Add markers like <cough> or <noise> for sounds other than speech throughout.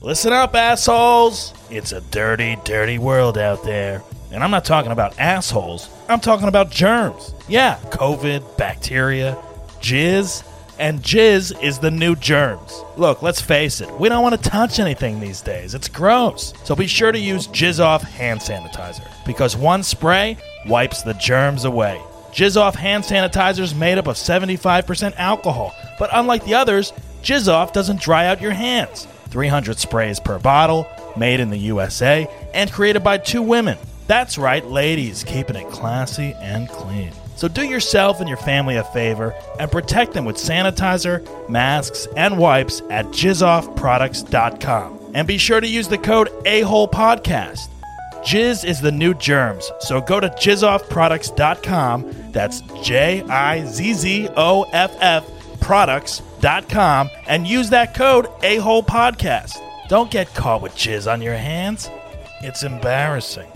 Listen up, assholes! It's a dirty, dirty world out there. And I'm not talking about assholes, I'm talking about germs. Yeah, COVID, bacteria, jizz, and jizz is the new germs. Look, let's face it, we don't want to touch anything these days. It's gross. So be sure to use Jizz Off hand sanitizer because one spray wipes the germs away. Jizz Off hand sanitizer is made up of 75% alcohol, but unlike the others, Jizz Off doesn't dry out your hands. 300 sprays per bottle, made in the USA, and created by two women. That's right, ladies, keeping it classy and clean. So do yourself and your family a favor and protect them with sanitizer, masks, and wipes at jizzoffproducts.com. And be sure to use the code AHOLEPODCAST. Jizz is the new germs, so go to jizzoffproducts.com. That's J I Z Z O F F products.com and use that code AHOLEPODCAST. Don't get caught with jizz on your hands. It's embarrassing.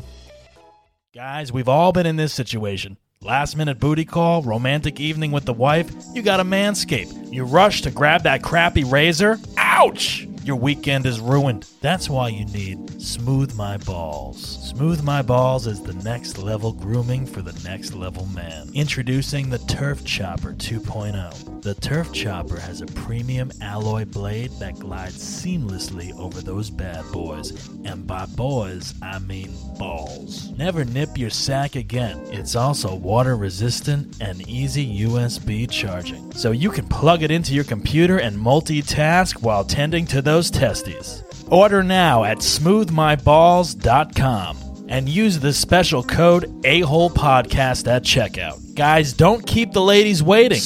Guys, we've all been in this situation. Last minute booty call, romantic evening with the wife, you got a manscape. You rush to grab that crappy razor. Ouch! Your weekend is ruined. That's why you need Smooth My Balls. Smooth My Balls is the next level grooming for the next level man. Introducing the Turf Chopper 2.0. The Turf Chopper has a premium alloy blade that glides seamlessly over those bad boys. And by boys, I mean balls. Never nip your sack again. It's also water resistant and easy USB charging. So you can plug it into your computer and multitask while tending to those testes. Order now at smoothmyballs.com and use the special code AHOLEPODCAST at checkout. Guys, don't keep the ladies waiting.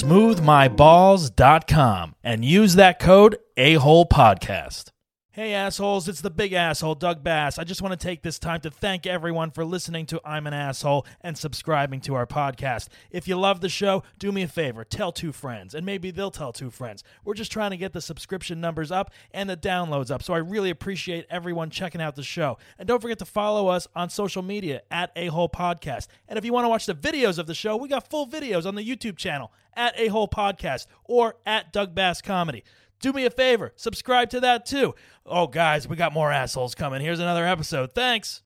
Smoothmyballs.com and use that code AHOLEPODCAST. Hey assholes, it's the big asshole, Doug Bass. I just want to take this time to thank everyone for listening to I'm an Asshole and subscribing to our podcast. If you love the show, do me a favor, tell two friends, and maybe they'll tell two friends. We're just trying to get the subscription numbers up and the downloads up, so I really appreciate everyone checking out the show. And don't forget to follow us on social media at A Hole Podcast. And if you want to watch the videos of the show, we got full videos on the YouTube channel at A Hole Podcast or at Doug Bass Comedy. Do me a favor, subscribe to that too. Oh, guys, we got more assholes coming. Here's another episode. Thanks.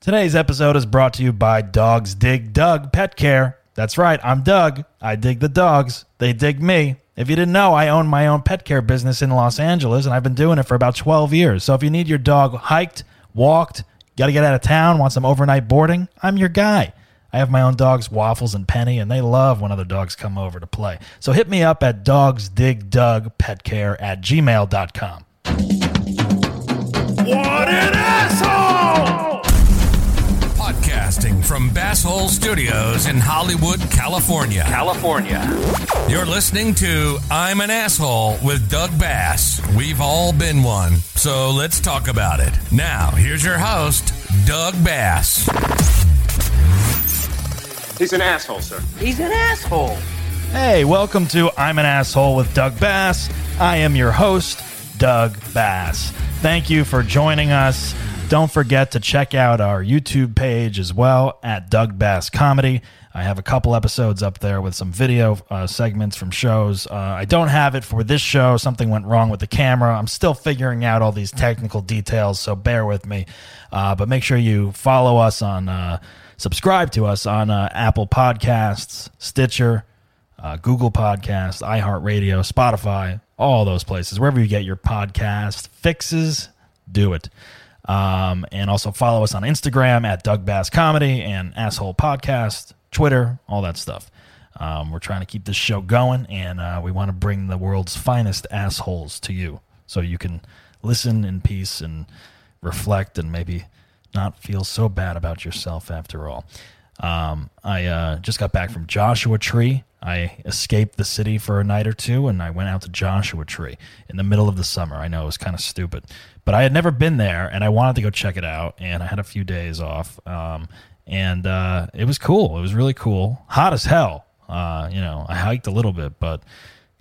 Today's episode is brought to you by Dogs Dig Doug Pet Care. That's right, I'm Doug. I dig the dogs, they dig me. If you didn't know, I own my own pet care business in Los Angeles, and I've been doing it for about 12 years. So if you need your dog hiked, walked, got to get out of town, want some overnight boarding, I'm your guy. I have my own dogs, Waffles and Penny, and they love when other dogs come over to play. So hit me up at dogsdigdugpetcare at gmail.com. What an asshole! Podcasting from Bass Hole Studios in Hollywood, California. California. You're listening to I'm an Asshole with Doug Bass. We've all been one, so let's talk about it. Now, here's your host, Doug Bass. He's an asshole, sir. He's an asshole. Hey, welcome to I'm an Asshole with Doug Bass. I am your host, Doug Bass. Thank you for joining us. Don't forget to check out our YouTube page as well at Doug Bass Comedy. I have a couple episodes up there with some video uh, segments from shows. Uh, I don't have it for this show. Something went wrong with the camera. I'm still figuring out all these technical details, so bear with me. Uh, but make sure you follow us on, uh, subscribe to us on uh, Apple Podcasts, Stitcher, uh, Google Podcasts, iHeartRadio, Spotify, all those places. Wherever you get your podcast fixes, do it. Um, and also follow us on Instagram at Doug Bass Comedy and Asshole Podcast, Twitter, all that stuff. Um, we're trying to keep this show going, and uh, we want to bring the world's finest assholes to you so you can listen in peace and reflect and maybe not feel so bad about yourself after all. Um, I uh, just got back from Joshua Tree. I escaped the city for a night or two and I went out to Joshua Tree in the middle of the summer. I know it was kind of stupid, but I had never been there and I wanted to go check it out. And I had a few days off. Um, and uh, it was cool. It was really cool. Hot as hell. Uh, you know, I hiked a little bit, but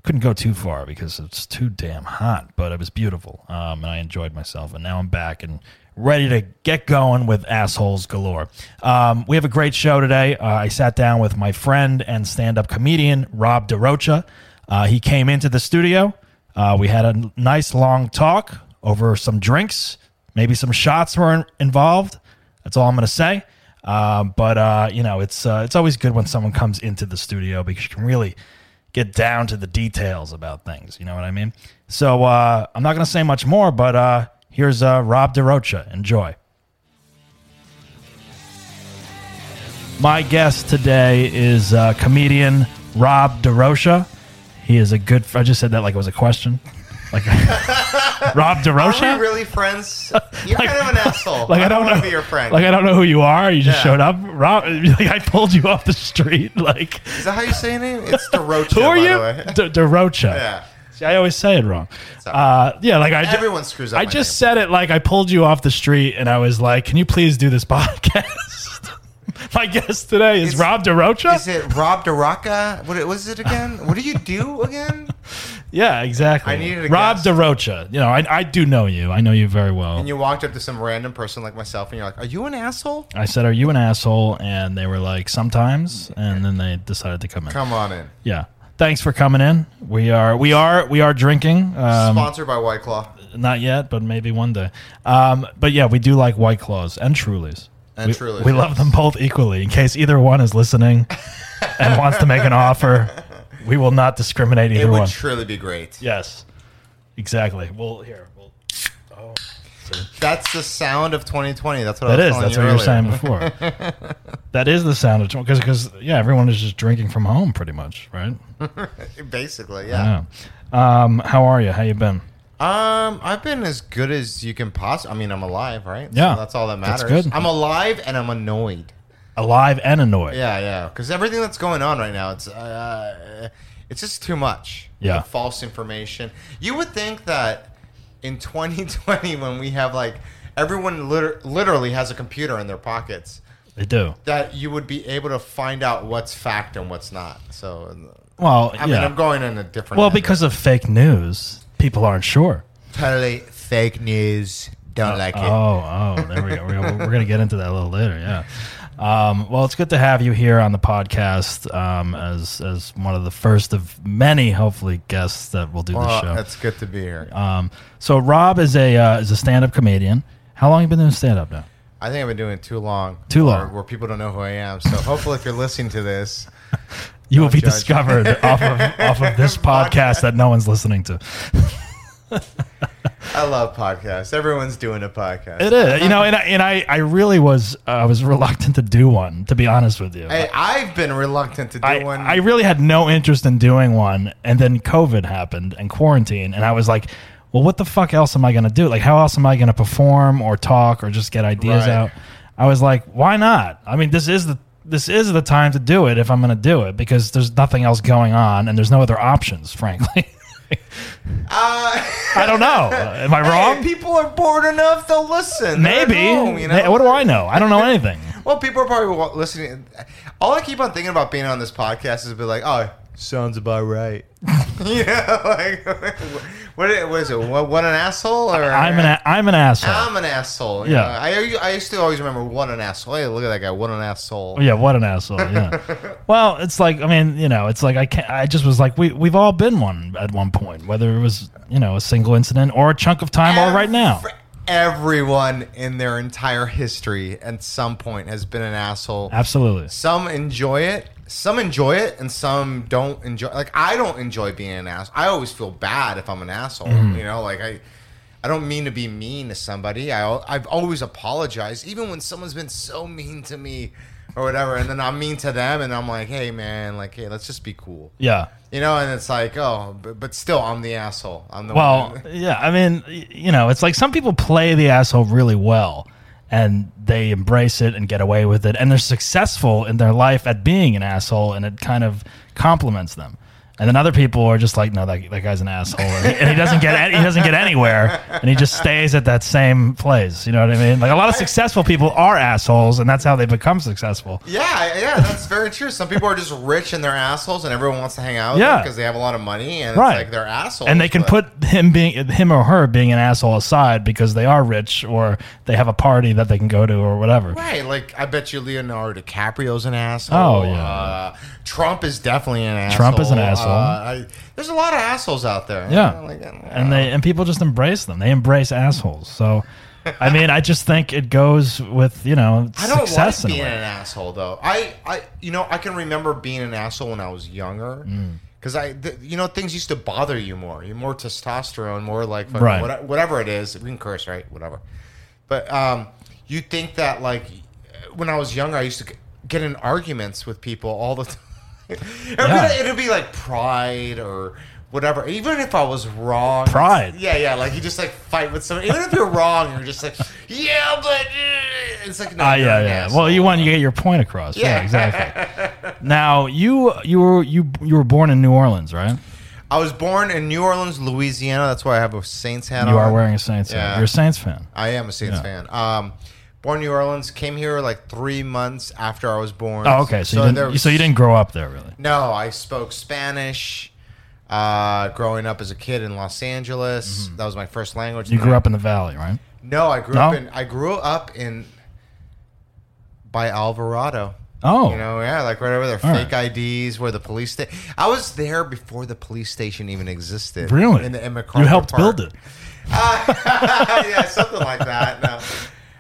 couldn't go too far because it's too damn hot, but it was beautiful. Um, and I enjoyed myself. And now I'm back and ready to get going with assholes galore. Um, we have a great show today. Uh, I sat down with my friend and stand up comedian, Rob DeRocha. Uh, he came into the studio. Uh, we had a n- nice long talk. over some drinks. Maybe some shots were in- involved. That's all I'm going to say. Um, but uh, you know, it's uh, it's always good when someone comes into the studio because you can really get down to the details about things. You know what I mean? So uh, I'm not going to say much more. But uh, here's uh, Rob DeRocha. Enjoy. My guest today is uh, comedian Rob DeRocha. He is a good. I just said that like it was a question. Like <laughs> Rob DeRocha. Are we really friends? You're kind of <laughs> an asshole. Like I don't, want know. to be your friend. Like I don't know who you are. You just Yeah. showed up. Rob, <laughs> like I pulled you off the street. <laughs> Like Is that how you say your name? It's <laughs> DeRocha. who are by you? The De- way. DeRocha. Yeah. See, I always say it wrong. Uh, yeah, like I ju- Everyone screws up. I my just said it like I pulled you off the street and I was like, "Can you please do this <laughs> podcast?" <laughs> My guest today is It's- Rob name. DeRocha. Is it Rob DeRocca? What was it again? What do you do again? yeah, exactly. I needed a Rob guest. DeRocha. You know, I, I do know you. I know you very well. And you walked up to some random person like myself, and you're like, "Are you an asshole? I said, "Are you an asshole?" And they were like, "Sometimes." And then they decided to come in. Come on in." Yeah. Thanks for coming in. We are we are we are drinking. Um, Sponsored by White Claw. not yet, but maybe one day. Um, but yeah, we do like White Claws and Trulies. And we, Trulies, We yes. love them both equally. In case either one is listening and wants to make an offer, we will not discriminate It either would one. truly be great. yes. Exactly. Well, here. We'll, That's the sound of 2020. That's what that I was is. telling That's what you you were earlier. saying before. <laughs> that is the sound of because because yeah, everyone is just drinking from home pretty much, right? Basically, yeah. Yeah. Um, how are you? How you been? Um, I've been as good as you can possibly. I mean, I'm alive, right? Yeah. so that's all that That's matters. good. I'm alive and I'm annoyed. Alive and annoyed. Yeah, yeah. Because everything that's going on right now, it's uh, it's just too much. Yeah. The false information. You would think that in <laughs> 2020, when we have like everyone liter- literally has a computer in their pockets, They do. that you would be able to find out what's fact and what's not. So, uh, Well, I yeah. mean, I'm going in a different. well, end. because of fake news, people aren't sure. totally fake news. Don't like it. Uh, Oh, oh, there we go. We're, we're going to get into that a little later. Yeah. Um, well, it's good to have you here on the podcast um, as as one of the first of many, hopefully, guests that will do Well, this It's good to be here. show. Um, so, Rob is a uh, is a stand up comedian. How long you been doing stand up now? I think I've been doing it too long. Too where- long. Where people don't know who I am. So hopefully, if you're listening to this, You will be judge. discovered off of off of <laughs> this podcast that no one's listening to. I love podcasts. Everyone's doing a podcast. It is, you know, and I, and I, I really was uh, I was reluctant to do one to be honest with you. Hey, I've been reluctant to do I, one. I really had no interest in doing one and then covid happened and quarantine and i was like well what the fuck else am i going to do like how else am i going to perform or talk or just get ideas Right. out i was like why not i mean this is the this is the time to do it if i'm going to do it because there's nothing else going on and there's no other options <laughs> frankly i don't know <laughs> am i Uh, Hey, wrong people are bored enough; they'll listen. They're at maybe home, you know? Hey, what do i know i don't know anything Well, people are probably wa- listening. All I keep on thinking about being on this podcast is be like, oh, sounds about right. <laughs> you know, like <laughs> what it was it? What, what an asshole! Or i'm an a- i'm an asshole I'm an asshole. you Yeah. know? I I used to always remember what an asshole. Hey, look at that guy. What an asshole. Oh, Yeah, what an asshole. Yeah. well, it's like I mean, you know, it's like I can't. I just was like, we we've all been one at one point, whether it was you know a single incident or a chunk of time or right now. Ev- Everyone in their entire history at some point has been an asshole. Absolutely. Some enjoy it, some enjoy it, and some don't enjoy. Like I don't enjoy being an asshole. I always feel bad if I'm an asshole. Mm-hmm. You know, like I, I don't mean to be mean to somebody. I al- I've always apologized, even when someone's been so mean to me, or whatever. And then I'm mean to them, and I'm like, hey man, like hey, let's just be cool. Yeah. You know, and it's like, oh, but, but still, I'm the asshole. I'm the Well, one. yeah. I mean, y- you know, it's like some people play the asshole really well, and they embrace it and get away with it, and they're successful in their life at being an asshole, and it kind of compliments them. And then other people are just like, no, that, that guy's an asshole, and he, and he doesn't get any, he doesn't get anywhere, and he just stays at that same place. You know what I mean? Like a lot of successful people are assholes, and that's how they become successful. Yeah, yeah, that's very true. Some people are just rich and they're assholes, and everyone wants to hang out with Yeah. them because they have a lot of money and Right. it's like they're assholes. And they can but- put him being him or her being an asshole aside because they are rich or they have a party that they can go to or whatever. right. Like I bet you Leonardo DiCaprio's an asshole. Oh, yeah. Uh, Trump is definitely an asshole. Trump is an asshole. asshole. I, there's a lot of assholes out there. Yeah. Like, uh, and they and people just embrace them. They embrace assholes. So, I mean, I just think it goes with you know <laughs> I don't success like in being a way. an asshole though. I, I, you know, I can remember being an asshole when I was younger. Mm. Because I, th- you know, things used to bother you more. You're more testosterone, more like fucking Right. what- whatever it is. We can curse, right? Whatever. But um, you think that like when I was younger, I used to g- get in arguments with people all the <laughs> time. it'd, Yeah. be, it'd be like pride or whatever. Even if I was wrong, Pride. Yeah, yeah. Like you just like fight with someone. Even if you're wrong, you're just like, yeah, but uh," it's like no, Ah, you're yeah, an yeah. asshole. Well, you want to get your point across. Yeah, Yeah. exactly. <laughs> now you you were you you were born in New Orleans, right? I was born in New Orleans, Louisiana. That's why I have a Saints hat on. You are wearing a Saints. hat. Uh-huh. Yeah. You're a Saints fan. I am a Saints Yeah. fan. Um, born in New Orleans, came here like three months after I was born. Oh, okay. So, you, there didn't, so you didn't grow up there, really? No, I spoke Spanish. Uh, growing up as a kid in Los Angeles, that was my first language. Mm-hmm. You And grew I- up in the valley, right? No, I grew No? up in. I grew up in by Alvarado. Oh, You know, yeah, like right over there, All fake IDs, where the police station. I was there before the police station even existed. really? In the in MacArthur you helped Park. build it. <laughs> yeah, something like that. No.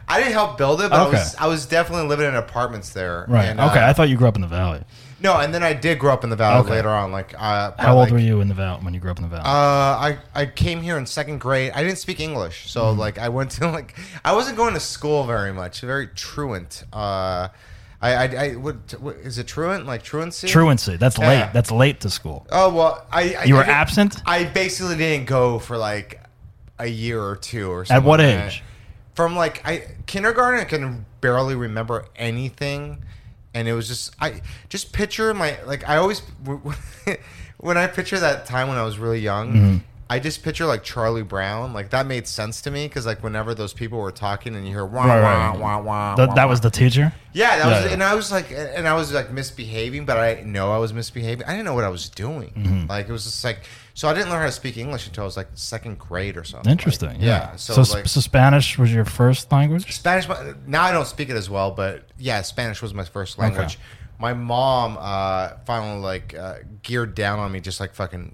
I didn't help build it, but Okay. I was I was definitely living in apartments there. Right. And, okay. uh, I thought you grew up in the valley. no, and then I did grow up in the valley Okay. later on. Like, uh, but, How old like, were you in the valley when you grew up in the valley? Uh, I, I came here in second grade. I didn't speak English, Mm. so like I went to <laughs> like I wasn't going to school very much. Very truant. Uh, I I, I what, what is it truant like truancy? Truancy. That's yeah. late. That's late to school. Oh well, I, I You were I didn't- absent? I basically didn't go for like a year or two or something. At what like that. age? From like I kindergarten, I can barely remember anything, and it was just I just picture my like I always <laughs> when I picture that time when I was really young. Mm-hmm. I just picture like Charlie Brown, like that made sense to me because like whenever those people were talking and you hear wah Right, right. wah wah wah, Th- wah, that wah. was the teacher. Yeah, that Yeah, was, yeah. and I was like, and I was like misbehaving, but I didn't know I was misbehaving. I didn't know what I was doing. Mm-hmm. Like it was just like, so I didn't learn how to speak English until I was like second grade or something. Interesting. Like, yeah. So, So, s- like, so Spanish was your first language. Spanish. Now I don't speak it as well, but yeah, Spanish was my first language. My mom uh, finally like uh, geared down on me, just like fucking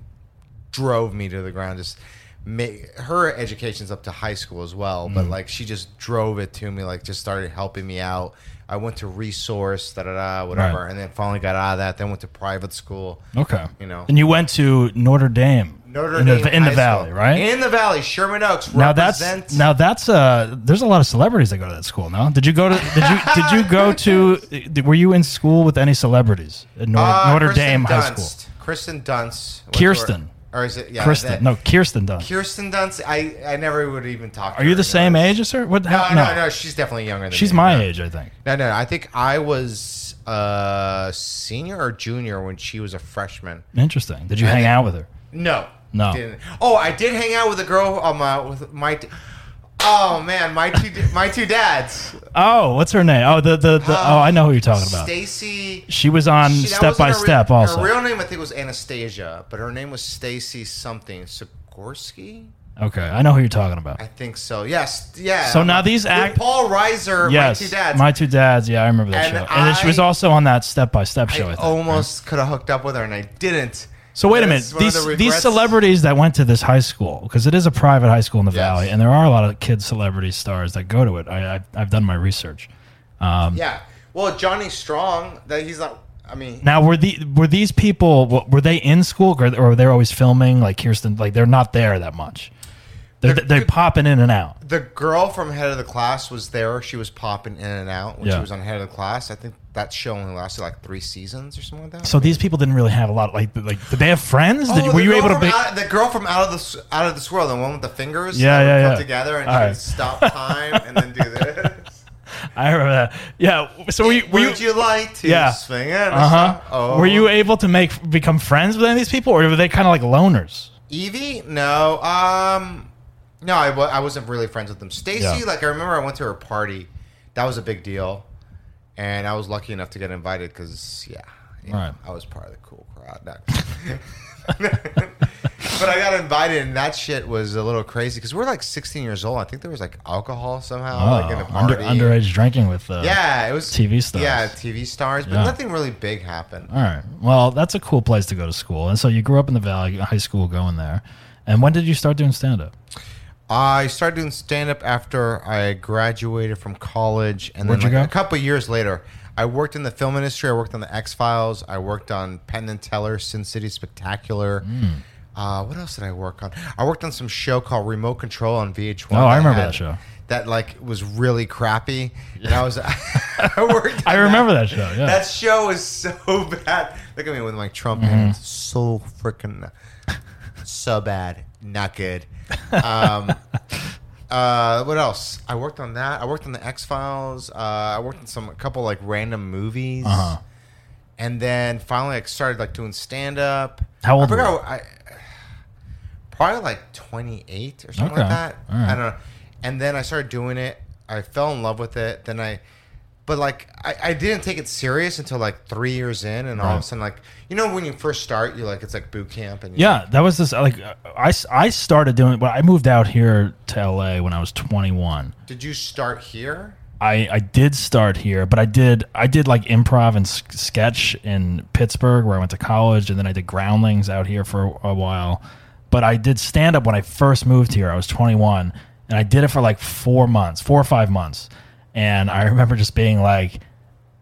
drove me to the ground. Just ma- her education's up to high school as well, Mm. but like she just drove it to me, like just started helping me out. I went to resource, da da da, whatever, Right. and then finally got out of that. Then went to private school. Okay. You know. And you went to Notre Dame. Notre in the, Dame in the High valley, School. right? In the valley, Sherman Oaks. now represent- that's now that's uh. There's a lot of celebrities that go to that school. Now, did you go to? Did you did you go <laughs> to? Were you in school with any celebrities at Notre, Uh, Notre Kirsten Dame High Dunst. School? Kristen Dunst. went to her- Kirsten. Or is it yeah? Kirsten, that- no, Kirsten Dunst. Kirsten Dunst. I I never would even talk. to Are you her the same anyways. age as her? What? No, how- no, no, She's definitely younger than She's me. my No. age, I think. No, no. I think I was uh senior or junior when she was a freshman. Interesting. Did you hang out with her? No. No. Didn't. Oh, I did hang out with a girl on my with my. Oh man, my two my two dads. Oh, what's her name? Oh, the the, the oh, I know who you're talking about. Stacy. She was on Uh, She- that Step wasn't by her real- Step also. Her real name I think was Anastasia, but her name was Stacy something Sikorsky. okay, I know who you're talking about. I think so. Yes. Yeah. So now these With act- Paul Reiser, yes, my two dads. dads, Yeah, I remember that And show. and then she was I- also on that Step by Step I show. I, think. almost could have hooked up with her, and I didn't. So wait a minute. That's one of These the these regrets. celebrities that went to this high school because it is a private high school in the Yes. valley, and there are a lot of kids, celebrity stars that go to it. I, I I've done my research. Yeah. Well, Johnny Strong. That he's not. I mean, Now were the were these people w- were they in school or, or were they always filming like Kirsten? Like they're not there that much. They're, they're, They're- popping in and out. the girl from Head of the Class was there. She was popping in and out when Yeah. she was on Head of the Class. I think that show only lasted like three seasons or something like that. So these people didn't really have a lot. Like like did they have friends? Did- Oh, were the you girl able to? from Be, out- the girl from out of the S- out of this world, the one with the fingers, Yeah, that would yeah, come yeah. together and All she right. <laughs> would stop time and then do this. I remember that. Yeah. So were you? Were you, Would you, like to Yeah. swing it? uh-huh. Oh. Were you able to make become friends with any of these people, or were they kind of like loners? Evie? No. Um, no, I w- I wasn't really friends with them. Stacy, Yeah. like I remember, I went to her party. That was a big deal, and I was lucky enough to get invited because yeah, You know, Right. I was part of the cool crowd. Not- <laughs> but I got invited, and that shit was a little crazy because we're like 16 years old. I think there was like alcohol somehow, like in a Oh, under, party. underage drinking with uh, yeah, it was TV stars. Yeah, TV stars, but Yeah. nothing really big happened. All right. Well, that's a cool place to go to school. And so you grew up in the Valley, high school going there. And when did you start doing stand up? I started doing stand up after I graduated from college, and Where'd then you go? like a couple years later, I worked in the film industry. I worked on the X Files. I worked on Penn and Teller, Sin City Spectacular. Hmm. Uh, what else did I work on? I worked on some show called Remote Control on VH1. Oh, I that remember had- that show. That like was really crappy. And I was, <laughs> I <laughs> worked. I on remember that show. Yeah. That show is so <laughs> bad. Look at me with my Trump Mm-hmm. hands. So freaking, so bad. Not good. <laughs> Um, uh, what else? I worked on that. I worked on the X Files. Uh, I worked on some a couple like random movies. Uh-huh. And then finally, I started like doing stand up. How old I were forgot. I, probably like 28 or something Okay. like that. All right. I don't know. And then I started doing it. I fell in love with it. Then I, but like, I, I didn't take it serious until like three years in. And all of a Right. sudden, like, you know, when you first start, you're like, it's like boot camp. And you- Yeah, that was this. Like, uh, I, I started doing. Well, I moved out here to LA when I was 21. Did you start here? I, I did start here, but I did I did like improv and s- sketch in Pittsburgh where I went to college, and then I did groundlings out here for a while. But I did stand up when I first moved here. I was 21, and I did it for like four months, four or five months, and I <laughs> remember just being like,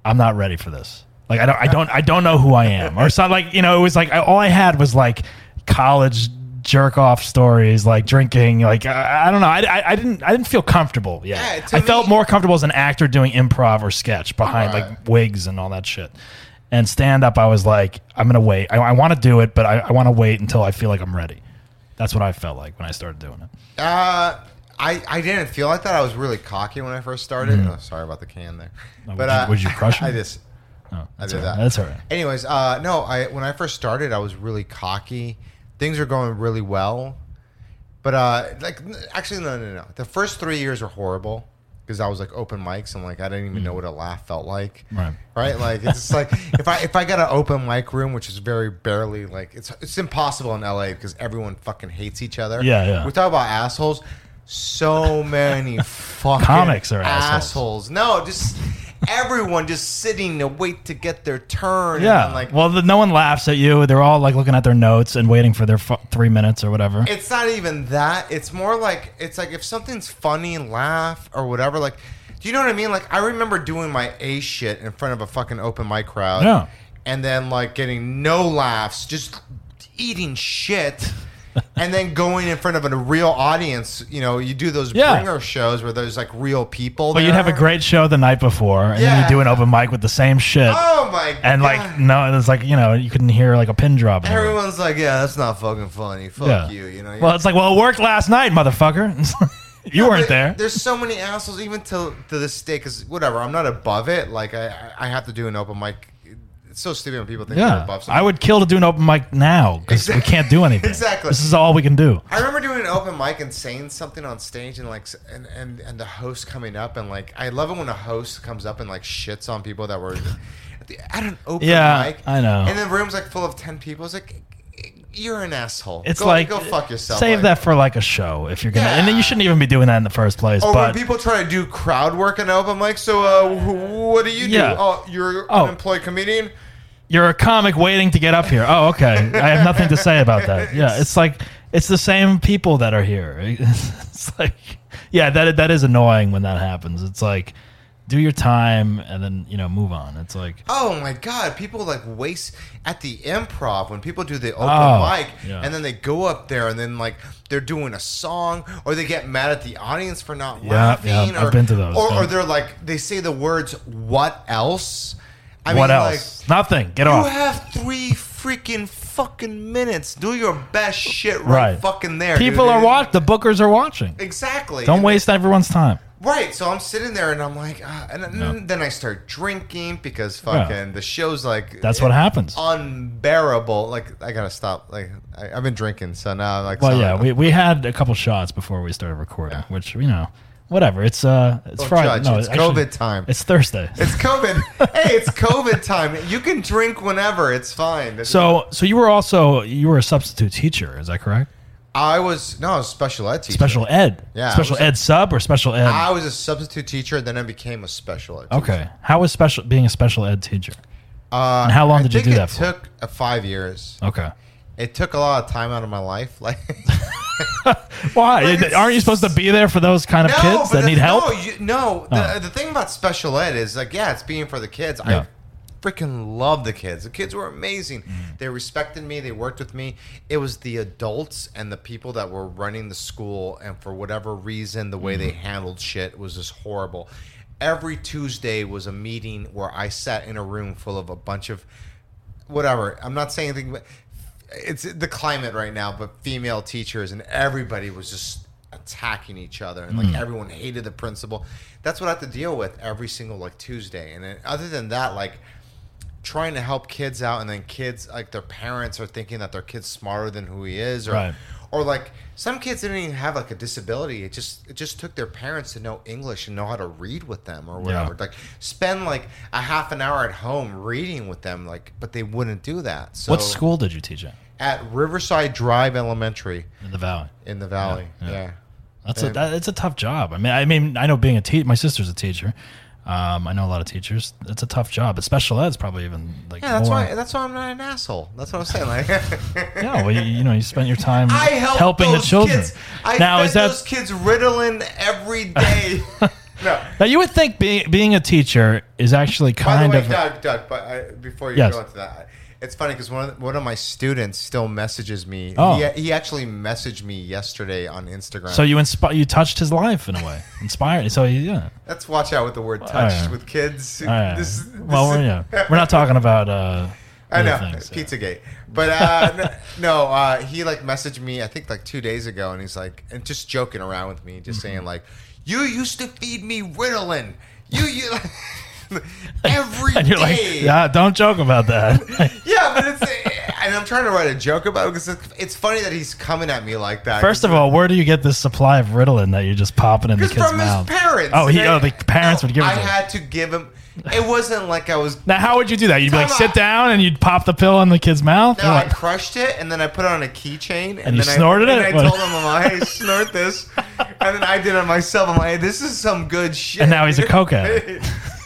I'm not ready for this. Like I don't I don't I don't know who I am or something. Like you know, it was like I, all I had was like college jerk off stories, like drinking. Like I, I don't know. I, I, I didn't I didn't feel comfortable. Yet. Yeah, to I felt me- more comfortable as an actor doing improv or sketch behind Right. like wigs and all that shit. And stand up, I was like, I'm gonna wait. I, I want to do it, but I, I want to wait until I feel like I'm ready. That's what I felt like when I started doing it. Uh, I, I didn't feel like that. I was really cocky when I first started. Oh, sorry about the can there. Oh, Mm. But would you- uh, would <laughs> you crush I it? just Oh, I that's did all right. that. That's all right. Anyways, uh, no, I when I first started, I was really cocky. Things were going really well, but uh, like n- actually, no, no, no. The first three years were horrible because I was like open mics and like I didn't even know what a laugh felt like. Mm. Right. Right. Like it's just like <laughs> if I if I got an open mic room, which is very barely like it's it's impossible in LA because everyone fucking hates each other. Yeah, yeah. We talk about assholes. <laughs> So many fucking Comics are assholes. assholes. No, just everyone just sitting to wait to get their turn. and Yeah. then, like well, the, no one laughs at you. They're all like looking at their notes and waiting for their fu- three minutes or whatever. it's not even that. It's more like it's like if something's funny, laugh or whatever. Like, do you know what I mean? Like I remember doing my A shit in front of a fucking open mic crowd. Yeah. And then like getting no laughs, just eating shit. <laughs> And then going in front of a real audience, you know, you do those Yeah. bringer shows where there's like real people. but you'd have a there. great show the night before, and then you Yeah. do an open mic with the same shit. Oh my god! and like no, it's like you know you couldn't hear like a pin drop. anywhere. Everyone's like, yeah, that's not fucking funny. Fuck Yeah. you. You know. Well, it's like well, it worked last night, motherfucker. <laughs> you weren't there. There's so many assholes, even to to this day. Because whatever, I'm not above it. Like I, I- I have to do an open mic. It's so stupid when people think they're Yeah, above something. I would kill to do an open mic now because we Exact- can't do anything. <laughs> Exactly. This is all we can do. I remember doing an open mic and saying something on stage, and like, s- and, and and the host coming up and like, I love it when a host comes up and like shits on people that were at, the, at an open Yeah, mic. I know. And the room's like full of ten people. It's like, you're an asshole. It's Go- like go fuck yourself. Save Like, that for like a show if you're gonna, Yeah. and then you shouldn't even be doing that in the first place. Oh, but when people try to do crowd work in open mic, so uh, wh- what do you do? Yeah. Oh, you're Oh. an employed comedian. you're a comic waiting to get up here. Oh, okay. I have nothing to say about <laughs> that. Yeah, it's like it's the same people that are here. <laughs> It's like yeah, that that is annoying when that happens. It's like do your time and then you know move on. It's like Oh my god, people like waste at the improv when people do the open Oh, mic, yeah. and then they go up there and then like they're doing a song, or they get mad at the audience for not Yeah, laughing. yeah, I've or, been to those, Or, yeah. or they're like they say the words "What else?" I what mean, else? Oh. Nothing. Get Like, off. you have three freaking fucking minutes. Do your best shit right, right. fucking there. People dude. are watching. The bookers are watching. Exactly. Don't And waste everyone's time. Right. So I'm sitting there and I'm like, uh, and then- then I start drinking because fucking the show's like. That's what happens. Unbearable. Like I gotta stop. Like I, I've been drinking, so now I'm like. Well, sorry. yeah, we, we had a couple shots before we started recording, which you know Whatever. It's uh, it's Don't Friday. judge. No, It's I shouldn't- COVID time. It's Thursday. It's COVID. <laughs> hey, it's COVID time. You can drink whenever. It's fine. so, so you were also you were a substitute teacher. Is that correct? I was no I was a special ed teacher. Special ed. Yeah, I Special was- ed sub or special ed. I was a substitute teacher, then I became a special ed. teacher. okay. How was special being a special ed teacher? Uh, And how long I did you think do it that for? Took uh, five years. Okay. It took a lot of time out of my life. Like <laughs> Why? Like, it's- Aren't you supposed to be there for those kind of kids but that the- need help? Oh. No, you, no. The, the thing about special ed is like, yeah, it's being for the kids. Yeah. I freaking love the kids. The kids were amazing. Mm. They respected me. They worked with me. It was the adults and the people that were running the school, and for whatever reason, the way they Mm. handled shit was just horrible. Every Tuesday was a meeting where I sat in a room full of a bunch of whatever. I'm not saying anything. But it's the climate right now, but female teachers and everybody was just attacking each other, and like everyone hated the principal. That's what I have to deal with every single like Tuesday. And then, other than that, like trying to help kids out, and then kids like their parents are thinking that their kid's smarter than who he is, or Right. or like some kids didn't even have like a disability. It just it just took their parents to know English and know how to read with them or whatever. Like spend like a half an hour at home reading with them, like but they wouldn't do that. So what school did you teach at at Riverside Drive Elementary in the valley? in the valley. Yeah. That's a that, it's a tough job. I mean, I mean, I know being a teacher. My sister's a teacher. Um, I know a lot of teachers. It's a tough job, but special ed's probably even like Yeah, that's more. why. That's why I'm not an asshole. That's what I'm saying. Like, <laughs> yeah, well, you, you know, you spend your time <laughs> I help helping those the children. Kids. I now fed is that those kids Ritalin every <laughs> day? no. now you would think being being a teacher is actually By the kind way, of Doug, Doug, but I, before you Yes. go into that, it's funny because one of the- one of my students still messages me. Oh. He, he actually messaged me yesterday on Instagram. so you inspire you touched his life in a <laughs> way, inspired. So yeah, let's watch out with the Oh, word touch right. with kids. all right. This- this Oh, well, we're is- yeah, we're not talking about uh, <laughs> I other know things, yeah. Pizzagate, but uh, n- <laughs> no, uh, he like messaged me I think like two days ago, and he's like, and just joking around with me, just Mm-hmm. saying like, "You used to feed me Ritalin, you you <laughs> every And you're like, day." yeah, don't joke about that. <laughs> Yeah, but it's and I'm trying to write a joke about it because it's, it's funny that he's coming at me like that. First of all, where do you get this supply of Ritalin that you're just popping in the Because kid's from mouth? his parents. Oh, he, And oh, I- the parents would give it I to him. had to give him. It wasn't like I was. Now, how would you do that? You'd be like, Time sit out. down, and you'd pop the pill in the kid's mouth. No, You're I like, <laughs> crushed it and then I put it on a keychain and, you then I- snorted and it? I What? told him, I'm like, "Hey, snort <laughs> this," and then I did it myself. I'm like, "Hey, "This is some good shit." And now he's a coke addict.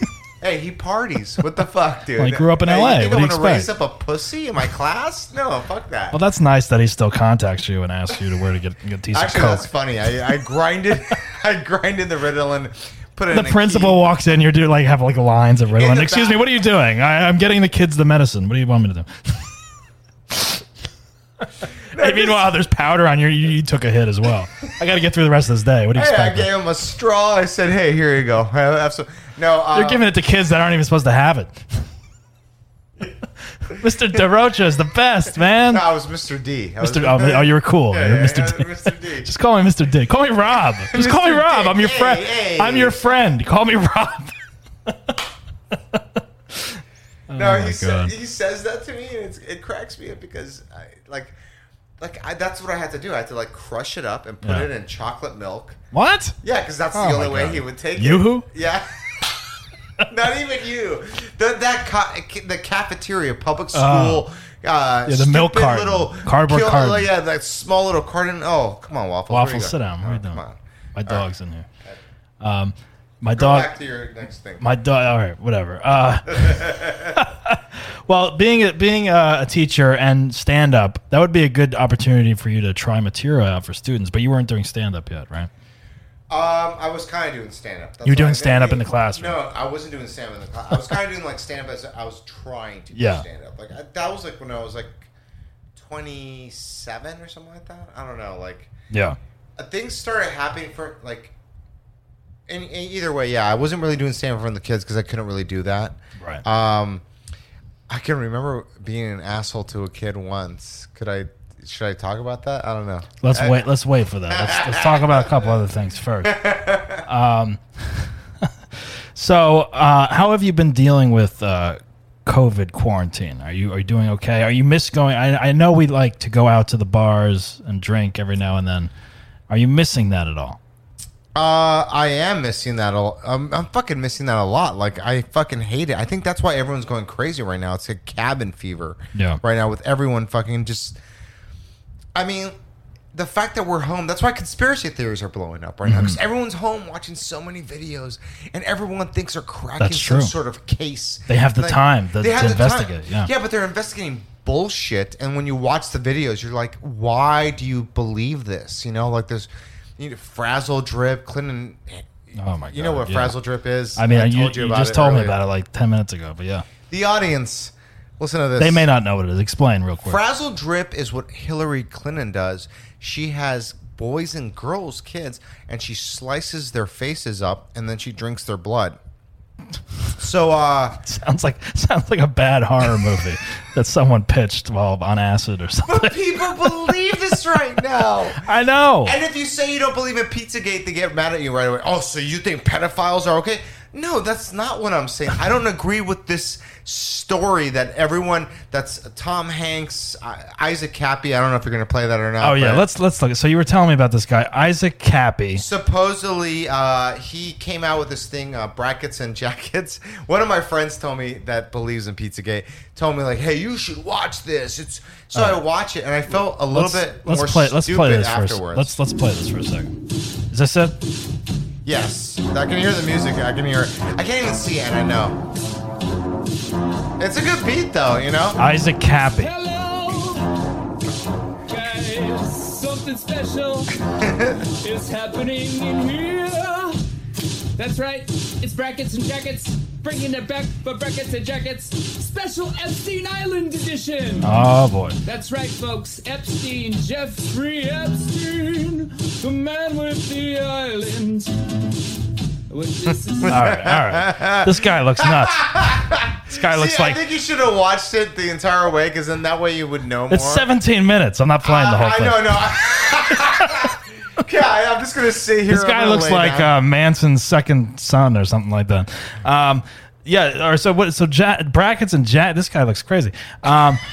<laughs> hey, he parties. What the fuck, dude? Well, he grew up in Hey, LA. You think What do you I'm gonna raise expect? up a pussy in my class? No, fuck that. well, that's nice that he still contacts you and asks you to where to get, get a piece Actually, of that's coke. funny. I, I <laughs> grinded, I grinded the Ritalin, put it The in a principal key. walks in. You do like have like lines of In Ritalin. the Excuse back. me, what are you doing? I, I'm getting the kids the medicine. What do you want me <laughs> to do? Hey, meanwhile, there's powder on your. You, you took a hit as well. I got to get through the rest of this day. What do you Hey, I expect? gave him a straw. I said, "Hey, here you go." <laughs> I have some- No, uh, They're giving it to kids that aren't even supposed to have it. <laughs> Mr. DeRocha is the best, man. no, I was Mr. D. I was- Mr. Oh, oh, you were cool. <laughs> Yeah, You're yeah, Mr. yeah, D. Mr. D. <laughs> Just call me Mr. D. Call me <laughs> Rob. Just call me Mr. Rob. Dick. I'm your Hey, friend. hey. I'm your friend. Call me <laughs> Rob. No, Oh my he, sa- God. he says that to me, and it's, it cracks me up because, I, like, like I, that's what I had to do. I had to like crush it up and put Yeah. it in chocolate milk. What? Yeah, because that's Oh the my only way God. he would take it. Yoo-hoo? Yeah. <laughs> Not even you. The, that ca- the cafeteria, public school, uh, Oh. Yeah, the milk stupid carton. little Cardboard carton. like, Yeah, that small little carton. Oh, come on, waffles. Where Waffle, you go? sit down. What are Oh, you doing? Come on. My dog's in here. Um, my Go dog. back to your next thing. My dog. All right, whatever. Uh, <laughs> well, being a, being a, a teacher and stand up, that would be a good opportunity for you to try material out for students. But you weren't doing stand up yet, right? Um, I was kind of doing stand up. You were doing stand-up in the classroom. No, I wasn't doing stand up in the class. I was kind of doing like stand up as I was trying to Yeah. do stand up. Like I, that was like when I was like 27 or something like that. I don't know. Like Yeah. uh, things started happening for like. And, and either way, yeah, I wasn't really doing stand up from the kids because I couldn't really do that. Right. Um, I can remember being an asshole to a kid once. Could I? Should I talk about that? I don't know. Let's wait. Let's wait for that. Let's, let's talk about a couple other things first. Um, <laughs> so, uh, how have you been dealing with uh, COVID quarantine? Are you are you doing okay? Are you miss going? I, I know we like to go out to the bars and drink every now and then. Are you missing that at all? Uh, I am missing that. A lot. I'm, I'm fucking missing that a lot. Like I fucking hate it. I think that's why everyone's going crazy right now. It's a cabin fever. Yeah. Right now with everyone fucking just. I mean, the fact that we're home. That's why conspiracy theories are blowing up right now Mm-hmm. because everyone's home watching so many videos, and everyone thinks they're cracking That's some true. sort of case. They have the time to- to time. investigate, yeah. Yeah, but they're investigating bullshit. And when you watch the videos, you're like, why do you believe this? You know, like there's you know, frazzle drip, Clinton. eh, Oh my god! You know what yeah. frazzle drip is? I mean, you, you, just told me earlier. about it like ten minutes ago, but yeah, The audience, listen to this. they may not know what it is. Explain real quick. Frazzle drip is what Hillary Clinton does. She has boys and girls, kids, and she slices their faces up and then she drinks their blood. So, <laughs> uh, sounds like sounds like a bad horror movie <laughs> that someone pitched while on acid or something. but people believe this right now. <laughs> I know. And if you say you don't believe in Pizzagate, they get mad at you right away. Oh, so you think pedophiles are okay? No, that's not what I'm saying. I don't agree with this story that everyone that's Tom Hanks, I- Isaac Cappy. I don't know if you're going to play that or not. Oh yeah, but let's let's look. So you were telling me about this guy Isaac Cappy. Supposedly, uh, he came out with this thing, uh, brackets and <laughs> jackets. One of my friends told me that believes in Pizzagate. Told me like, "Hey, you should watch this." It's so I watch it and I felt a Oh. little Let's, bit let's more play. stupid Let's play this afterwards. first. Let's let's play this for a second. Is this it? Yes, I can hear the music. I can hear it. I can't even see it. and I know. It's a good beat, though. You know. Isaac Cappy. Hello, guys. Something special is happening in here. That's right. It's brackets and jackets. Bringing it back for brackets and jackets. Special Epstein Island edition. Oh boy. That's right, folks. Epstein, Jeffrey Epstein, the man with the island. What this is. All right, all <laughs> right. This guy looks nuts. This guy looks See, I like think you should have watched it the entire way, because then that way you would know more. it's 17 minutes. I'm not playing the whole I, I thing. know, <laughs> no. yeah, I- I'm just gonna sit here. This I'm guy gonna looks lay like down. uh, Manson's second son or something like that. Um, yeah, or so what? So ja- brackets and ja- This guy looks crazy. Um, <laughs>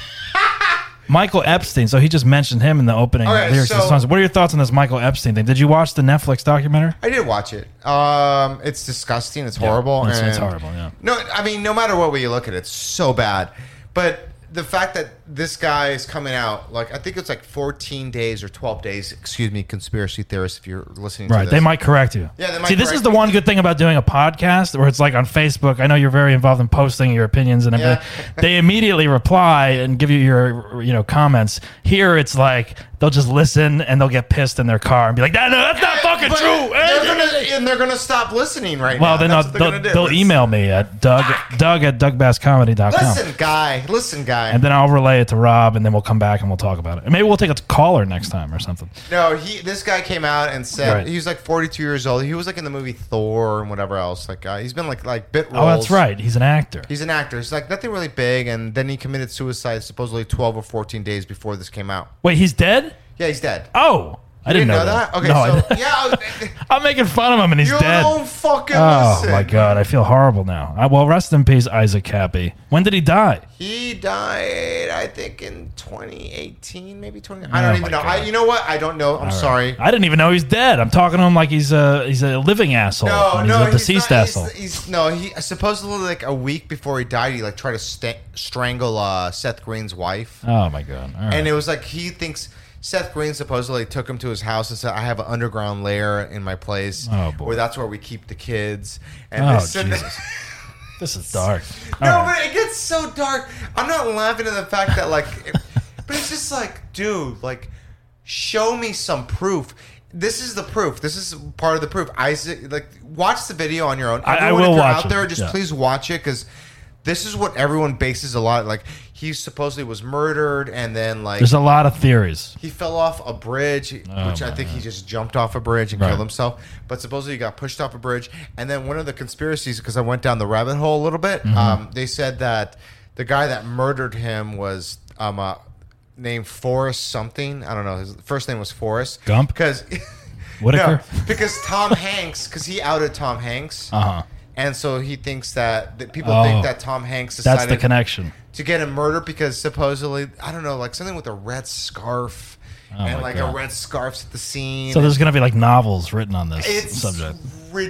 Michael Epstein. So he just mentioned him in the opening Okay, lyrics of the so- songs. What are your thoughts on this Michael Epstein thing? Did you watch the Netflix documentary? I did watch it. Um, it's disgusting. It's horrible. it's- it's and- horrible, yeah. No, I mean, no matter what way you look at it, it's so bad. But the fact that this guy is coming out, like I think it's like 14 days or 12 days. Excuse me, conspiracy theorists, if you're listening. to Right, this. they might correct you. Yeah, they might See, this is correct the you. one good thing about doing a podcast where it's like on Facebook. I know you're very involved in posting your opinions and everything. they immediately reply and give you your you know comments. Here, it's like they'll just listen and they'll get pissed in their car and be like, "No, no, that's not fucking But true." Eh. They're gonna, and they're gonna stop listening right well, now. then That's they'll, what they're they'll, gonna do. they'll It's- email me at doug doug at dougbasscomedy.com. Listen, guy. Listen, guy. And then I'll relay it to Rob, and then we'll come back and we'll talk about it. And maybe we'll take a caller next time or something. No, he. This guy came out and said Right. he was like 42 years old. He was like in the movie Thor and whatever else. Like uh, he's been like like bit roles. Oh, that's right. He's an actor. He's an actor. He's like nothing really big, and then he committed suicide supposedly 12 or 14 days before this came out. Wait, he's dead? Yeah, he's dead. Oh, I You didn't, know, that. Okay, No, I so didn't. <laughs> yeah, oh, I- I'm making fun of him and he's you dead. don't fucking Oh listen. my god, I feel horrible now. I, well, rest in peace, Isaac Cappy. When did he die? He died, I think, in 2018, maybe 20. I don't Oh my even know. I, God. you know what? I don't know. I'm sorry. I didn't even know he's dead. I'm talking to him like he's a he's a living asshole. No, and no, he's a deceased not, asshole. He's, he's- no, he supposedly like a week before he died, he like tried to sta- strangle uh, Seth Green's wife. oh my god. All right. And it was like he thinks Seth Green supposedly took him to his house and said, "I have an underground lair in my place, Oh, boy. where that's where we keep the kids." And oh this <laughs> and that. Jesus, this is dark. All no, right. but it gets so dark. I'm not laughing at the fact that like, <laughs> it- but it's just like, dude, like, show me some proof. This is the proof. This is part of the proof. Isaac, like, watch the video on your own. I- I Everyone, will if you're watch out it. there. Just Yeah. please watch it because this is what everyone bases a lot. Like, he supposedly was murdered, and then like, There's a lot of theories. he fell off a bridge, which I Oh my think he just jumped off a bridge and Right. killed himself. But supposedly he got pushed off a bridge. And then one of the conspiracies, because I went down the rabbit hole a little bit, Mm-hmm. um, they said that the guy that murdered him was um, uh, named Forrest something. I don't know. His first name was Forrest Gump? Because <laughs> Whitaker? No, because Tom Hanks, because he outed Tom Hanks. Uh huh. And so he thinks that, that people Oh. think that Tom Hanks decided That's the connection. to get him murdered because supposedly I don't know, like something with a red scarf. Oh my and like God. a red scarf's at the scene. So there's gonna be like novels written on this it's subject.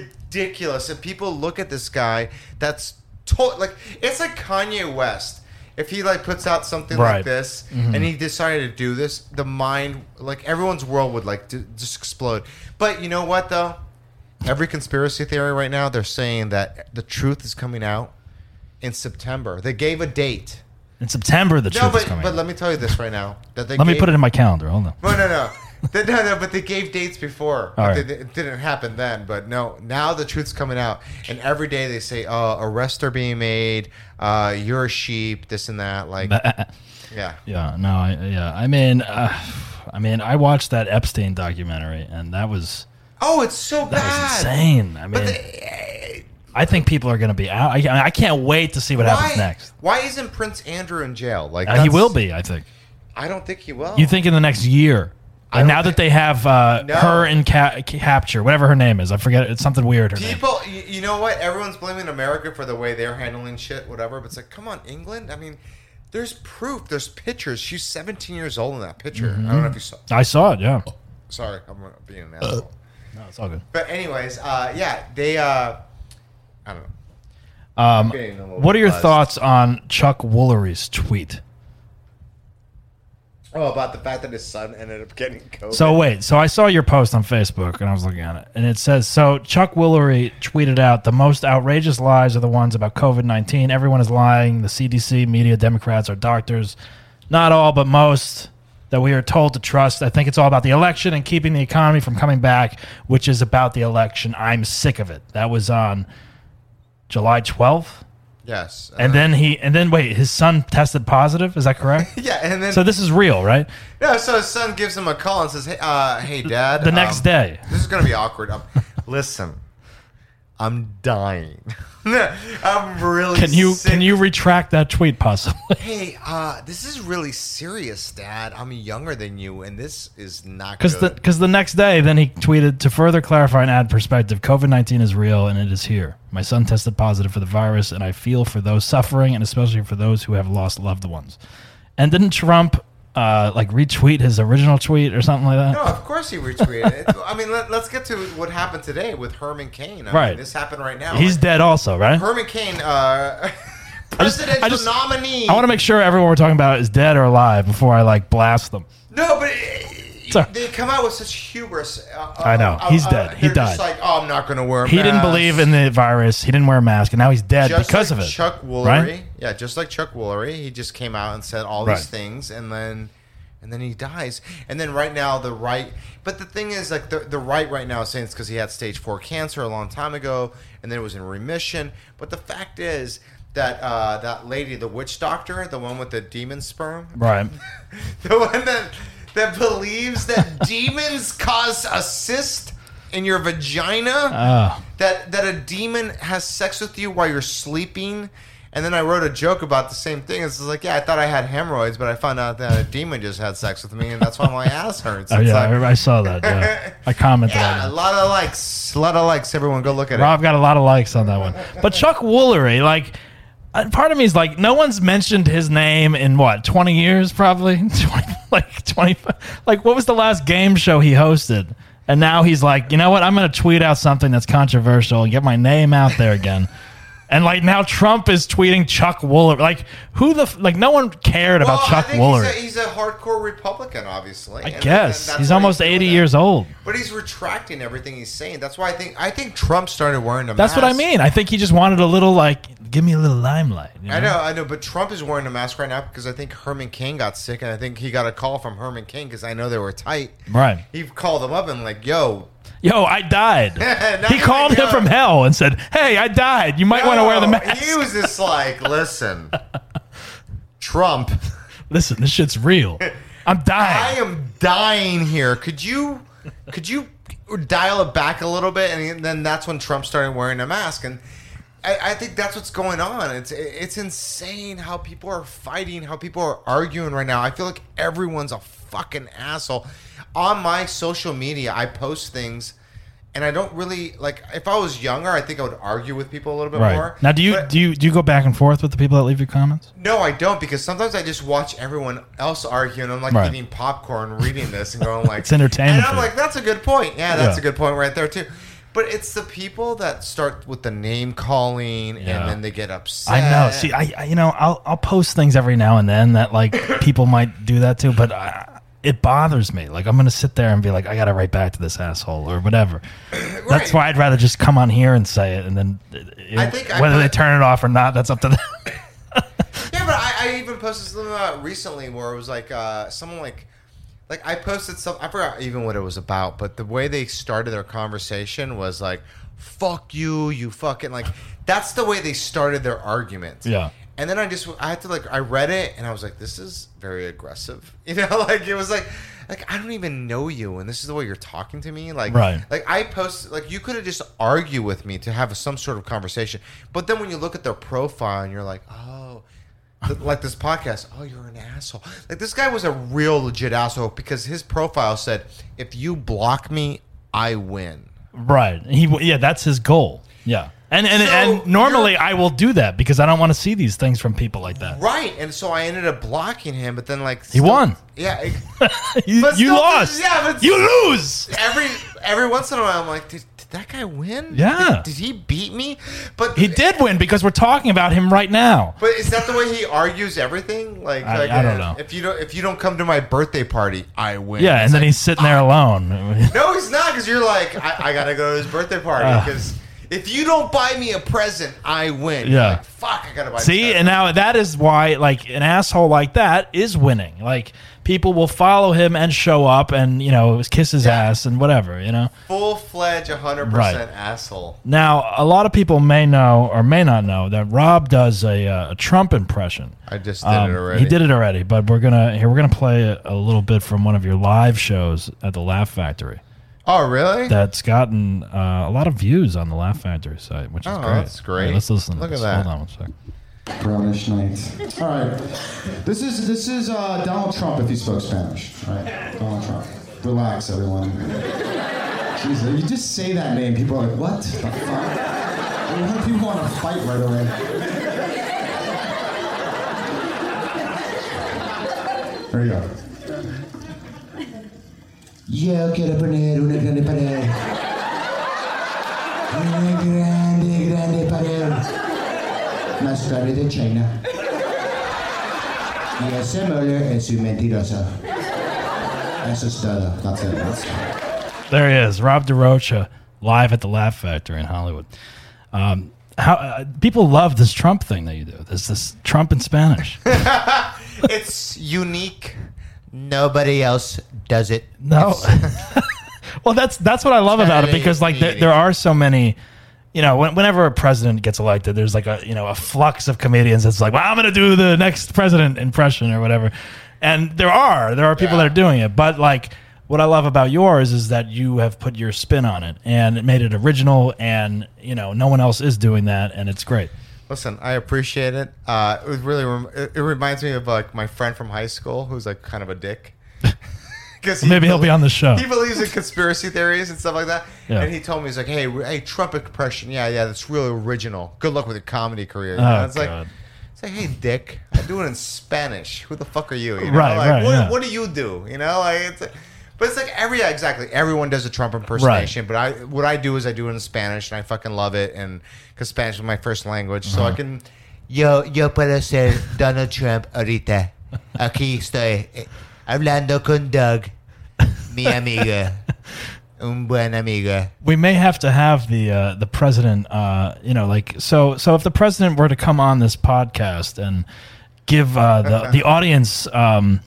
ridiculous. And people look at this guy. That's to- like it's like Kanye West. If he like puts out something Right. Mm-hmm. like this, and he decided to do this, the mind, like everyone's world, would like d- just explode. But you know what though? Every conspiracy theory right now, they're saying that the truth is coming out in September. They gave a date. In September, the No, truth is but coming. but out. let me tell you this right now. That they Let me gave- put it <laughs> in my calendar. Hold on. no, no, no. They- no, no, but they gave dates before. All right. But they- It didn't happen then, but no, now the truth's coming out. And every day they say, oh, arrests are being made, uh, you're a sheep, this and that. Like, yeah. Yeah, no, I, yeah. I mean, uh, I mean, I watched that Epstein documentary, and that was Oh, it's so that bad. was insane. I mean, But they, I think people are going to be out. I, I, mean, I can't wait to see what why, happens next. why isn't Prince Andrew in jail? Like Uh, he that's- will be, I think. I don't think he will. You think in the next year? I And don't now that think- they have uh, No. her in ca- capture, whatever her name is, I forget. It's something weird. Her name. People, you, you know what? Everyone's blaming America for the way they're handling shit, whatever. But it's like, come on, England. I mean, there's proof. There's pictures. She's 17 years old in that picture. I don't know if you saw. I saw it. Yeah. Sorry, I'm being an Uh. asshole. No, it's all good. But anyways, uh, yeah, they. Uh, I don't know. Um, Getting a little what are your buzzed. thoughts on Chuck Woolery's tweet? Oh, about the fact that his son ended up getting COVID. So wait, so I saw your post on Facebook and I was looking at it, and it says so. Chuck Woolery tweeted out the most outrageous lies are the ones about COVID nineteen. Everyone is lying. The CDC, media, Democrats, or doctors, not all but most that we are told to trust. I think it's all about the election and keeping the economy from coming back, which is about the election. I'm sick of it. That was on July twelfth, yes, and then he and then wait, his son tested positive. Is that <laughs> correct? yeah, and then so this is real, right? no, so his son gives him a call and says, "Hey, uh, hey, dad." The next um, day. This is gonna be awkward. Um, listen, I'm dying. <laughs> I'm really. Can you sick. can you retract that tweet <laughs> possibly? Hey, uh, this is really serious, Dad. I'm younger than you, and this is not Because the good. because the next day, then he tweeted to further clarify and add perspective. COVID nineteen is real and it is here. My son tested positive for the virus, and I feel for those suffering, and especially for those who have lost loved ones. And didn't Trump uh, like retweet his original tweet or something like that? no, of course he retweeted. it. I mean, let, us get to what happened today with Herman Cain. I Right. mean, this happened right now. He's dead, also, right? Herman Cain, uh, <laughs> just- I presidential just- nominee. I want to make sure everyone we're talking about is dead or alive before I like blast them. no, but Sorry. it, they come out with such hubris. Uh, uh, I know. uh, He's uh, dead. He they're Just died. like, oh, I'm not going to wear. A He didn't mask." believe in the virus. He didn't wear a mask, and now he's dead Just because like of it. Chuck Woolery, right? yeah, just like Chuck Woolery, he just came out and said all Right. these things, and then, and then he dies, and then right now the right, but the thing is, like the, the right right now is saying it's because he had stage four cancer a long time ago, and then it was in remission, but the fact is that uh, that lady, the witch doctor, the one with the demon sperm, Right. <laughs> the one that that <laughs> believes that demons cause a cyst in your vagina Ah. that that a demon has sex with you while you're sleeping and then I wrote a joke about the same thing. It's like, yeah, I thought I had hemorrhoids, but I found out that a demon just had sex with me, and that's why my ass hurts. Oh, It's yeah, like, I, I saw that. Yeah. I commented on it. <laughs> yeah, a lot of likes, a lot of likes. Everyone, go look at Rob got a lot of likes on that one. But Chuck Woolery, like, uh, part of me is like, no one's mentioned his name in what, 20 years probably? <laughs> 20, like, 25. Like, what was the last game show he hosted? And now he's like, you know what? I'm going to tweet out something that's controversial and get my name out there again. <laughs> and like, now Trump is tweeting Chuck Woolery. Like, who the, f- like, no one cared it. Well, about Chuck I think Woolery. He's a, he's a hardcore Republican, obviously. I guess. He's almost 80 years old. But he's retracting everything he's saying. That's why I think I think Trump started wearing a That's mask. what I mean. I think he just wanted a little, like, give me a little limelight. you I know, I know, but Trump is wearing a mask right now because I think Herman Cain got sick, and I think he got a call from Herman Cain because I know they were tight. Right. He called him up and like, "Yo, <laughs> Yo, I died. Not he even called him young. from hell and said, "Hey, I died. You might want to wear the no." mask." He was just like, "Listen, Trump, Listen, this shit's <laughs> real. I'm I dying. am dying here. Could you, could you dial it back a little bit?" And then that's when Trump started wearing a mask, and I, I think that's what's going on. It's it's insane how people are fighting, how people are arguing right now. I feel like everyone's a fucking asshole. On my social media, I post things and I don't really like. If I was younger, I think I would argue with people a little bit Right more. now, do you But- do you do you go back and forth with the people that leave your comments? No, I don't because sometimes I just watch everyone else argue and I'm like Right. eating popcorn, reading this, and going like, It's entertainment And I'm for you. like, that's a good point. Yeah, that's Yeah. a good point right there too. But it's the people that start with the name calling Yeah. and then they get upset. I know. See, I, I you know I'll I'll post things every now and then that <coughs> like people might do that too, but I, it bothers me. Like I'm gonna sit there and be like, I gotta write back to this asshole or <coughs> whatever. That's Right. why I'd rather just come on here and say it, and then you know, I think I whether put- they turn it off or not, that's up to them. <laughs> Yeah, but I, I even posted something about recently where it was like uh, someone like like I posted some I forgot even what it was about, but the way they started their conversation was like "fuck you, you fucking" like that's the way they started their argument. Yeah. And then I just I had to like I read it and I was like this is very aggressive, <laughs> you know, like it was like like I don't even know you and this is the way you're talking to me, like Right. like I posted, like you could have just argued with me to have some sort of conversation, but then when you look at their profile and you're like, oh, <laughs> th- like this podcast, oh, you're an asshole. Like this guy was a real legit asshole because his profile said, if you block me, I win. right? He yeah, that's his goal. Yeah, and and, So, and normally you're- I will do that because I don't want to see these things from people like that. Right, and so I ended up blocking him, but then like He won. Yeah, e <laughs> it- You, But you still, lost. yeah, but- you lose. every every once in a while, I'm like, did, did that guy win? Yeah. did, did he beat me? But He did win because we're talking about him right now. But is that the way he argues everything? Like, I- like, I don't uh, know. If you don't, if you don't come to my birthday party, I win. Yeah, and It's then like, he's sitting there alone. <laughs> no, he's not because you're like, I, I gotta go to his birthday party Ugh. because if you don't buy me a present, I win. You're Yeah. like, fuck, I gotta buy. See, this and now that is why, like, an asshole like that is winning. Like, people will follow him and show up and, you know, kiss his ass and whatever, you know? full fledged, hundred Right. percent asshole. Now, a lot of people may know or may not know that Rob does a, uh, a Trump impression. I just did Um, it already. He did it already, but we're gonna here we're gonna play a, a little bit from one of your live shows at the Laugh Factory. Oh, really? That's gotten uh, a lot of views on the Laugh Factory site, which is Oh, great. that's great. Yeah, let's listen. to Look at this. that. Hold on one sec. brownish night. All right. This is this is uh, Donald Trump if he spoke Spanish. All right. Donald Trump. Relax, everyone. Jesus, you just say that name, people are like, what the fuck? And what if people want to fight right away? There you go. Yo quiero poner una grande pared. Una grande, grande pared más grande de China. Y ese Mueller es un mentiroso. Eso es todo. That's it. That's it. There he is, Rob DeRocha, live at the Laugh Factory in Hollywood. Um, how uh, people love this Trump thing that you do. There's this Trump in Spanish. It's unique. Nobody else does it. No, <laughs> well, that's that's what I love about it because like there, there are so many. You know, when, whenever a president gets elected, there's like a you know a flux of comedians that's like, well, I'm going to do the next president impression or whatever, and there are there are people that are doing it, but like. What I love about yours is that you have put your spin on it and it made it original and you know no one else is doing that and it's great. Listen, I appreciate it. Uh, it was really rem- it, it reminds me of like my friend from high school who's like kind of a <laughs> dick. 'Cause he Maybe he'll be on the show. he believes in conspiracy theories and stuff like that. Yeah. And he told me he's like, "Hey, hey, Trump impression. Yeah, yeah, that's really original. Good luck with your comedy career." You know, Oh, it's God. like, it's like, "Hey, Dick, I do it in Spanish. Who the fuck are you? you know? Right, Like, right, What, yeah. what do you do? You know, like it's." but it's like every yeah, exactly everyone does a Trump impersonation, but I what I do is I do it in Spanish and I fucking love it and because Spanish is my first language, so I can yo yo puedo ser Donald Trump ahorita aquí estoy eh, hablando con Doug mi amiga, un buen amiga. we may have to have the uh, the president. Uh, you know, like so. So if the president were to come on this podcast and give uh, the the audience, um,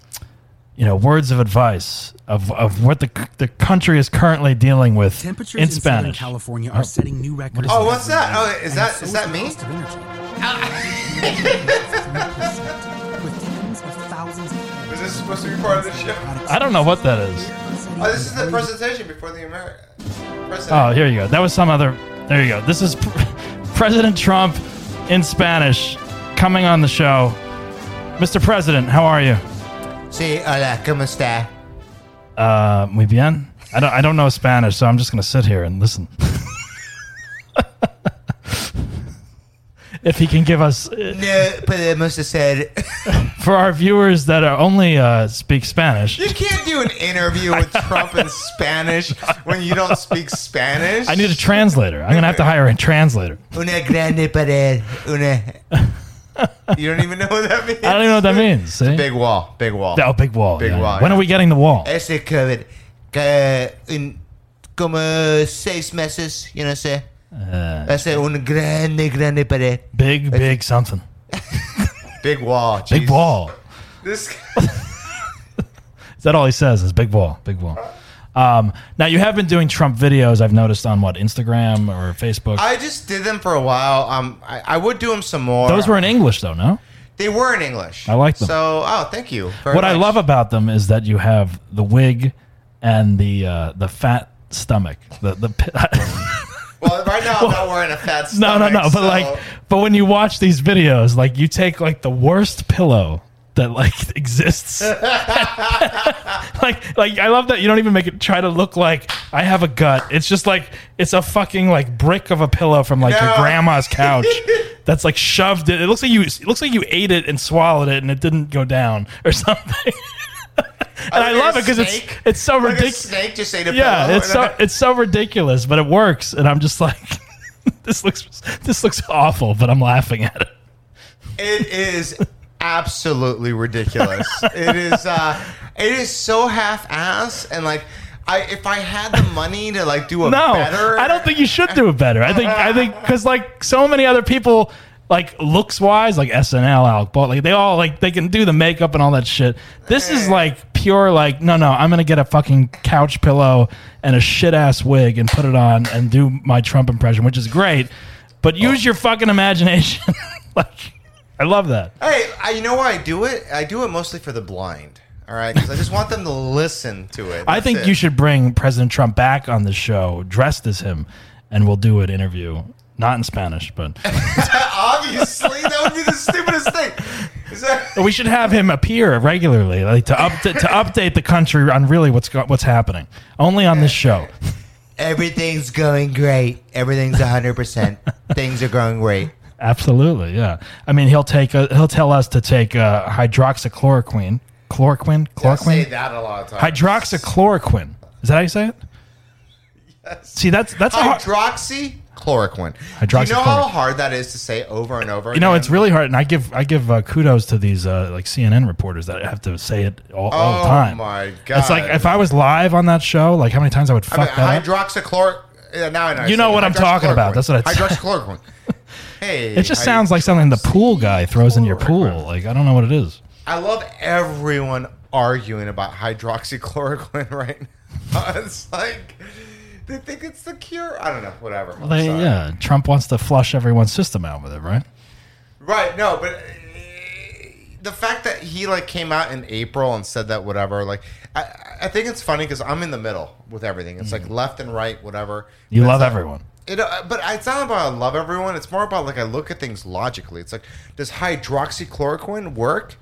you know, words of advice of, of what the c- the country is currently dealing with Temperatures in in, Southern Spanish. California are setting new records. Oh, what's that? Oh, is And that- so is that the me? cost of <laughs> energy. With tens of thousands of- Is this supposed to be part of the show? I don't know what that is. Oh, this is the presentation before the America. President. Oh, here you go. That was some other. There you go. This is pr- <laughs> President Trump in Spanish coming on the show. Mr. President, how are you? Sí, hola, ¿cómo está? Uh, muy bien. I don't I don't know Spanish, so I'm just gonna sit here and listen. <laughs> if he can give us uh, No, but it must have said for our viewers that are only uh, speak Spanish. you can't do an interview with Trump in Spanish when you don't speak Spanish. I need a translator. I'm gonna have to hire a <laughs> translator. una grande pared. Una. You don't even know what that means. I don't even know what that means. See? Big wall. Big wall. oh, big wall. Big yeah. wall, When yeah. are we getting the wall? Ese COVID. Que un, como seis meses, you know, sé. Uh, Hace un grande, grande pared. Big, big something. Big wall. Big Jesus. wall. This Is that all he says? Is big wall, big wall. Um, now you have been doing Trump videos. I've noticed on what Instagram or Facebook. I just did them for a while. Um, I, I would do them some more. Those were in English, though. No. They were in English. I like them. So, oh, thank you. very What I much. love about them is that you have the wig and the uh, the fat stomach. The the <laughs> pi- Well, right now I'm not wearing a <laughs> fat no stomach. no no. But so- like, but when you watch these videos, like you take like the worst pillow that like <laughs> <laughs> exists. like like I love that you don't even make it try to look like I have a gut. It's just like it's a fucking like brick of a pillow from like your No. <laughs> grandma's couch. That's like shoved it. It looks like you. It looks like you ate it and swallowed it, and it didn't go down or <laughs> something. and I like love a it because it's snake. it's so like a ridiculous. snake just ate <laughs> a Yeah, pillow. it's so it's so ridiculous, but it works, and I'm just like, <laughs> this looks this looks awful, but I'm laughing at it. <laughs> It is absolutely ridiculous. it is uh it is so half ass and like I if I had the money to like do <laughs> a No, better I don't think you should do it better. I think I think because like so many other people. Like looks wise, like SNL, Alec Baldwin, like they all like they can do the makeup and all that shit. This is like pure like no no, I'm gonna get a fucking couch pillow and a shit ass wig and put it on and do my Trump impression, which is great. But use your fucking imagination. <laughs> like I love that. Hey, I, you know why I do it? I do it mostly for the blind. All right, because I just want them to listen to it. I That's think it. you should bring President Trump back on the show dressed as him, and we'll do an interview. Not in Spanish, but <laughs> <laughs> Obviously, that would be the stupidest thing. Is that- we should have him appear regularly, like to up to, update the country on really what's go- what's happening. Only on this <laughs> show. Everything's going great. Everything's 100%. Things are going great. Absolutely, yeah. I mean, he'll take a, he'll tell us to take uh, hydroxychloroquine, chloroquine, I say chloroquine, that a lot of times. <laughs> hydroxychloroquine. Is that how you say it? See, that's that's a hard, Hydroxychloroquine. Do you know how Hydroxychloroquine. hard that is to say over and over? You know, again? it's really hard, and I give I give uh, kudos to these uh, like CNN reporters that have to say it all, all Oh, the time. my It's like God. if I was live on that show, like how many times I would I fuck mean, that up. hydroxychlor. Yeah, now I know. You know what I'm talking about. That's what I- <laughs> Hydroxychloroquine. hey. It just I- sounds like something the pool guy throws in your pool. Like I don't know what it is. I love everyone arguing about hydroxychloroquine <laughs> right now. it's like they think it's the cure. I don't know. Whatever. I'm They, sorry. yeah, Trump wants to flush everyone's system out with it, right? Right. No, but uh, the fact that he like came out in April and said that whatever, like I, I think it's funny because I'm in the middle with everything. It's like left and right, whatever. Mm-hmm. You But it's love not- everyone. It, uh, but it's not about I love everyone. It's more about like I look at things logically. It's like, does hydroxychloroquine work?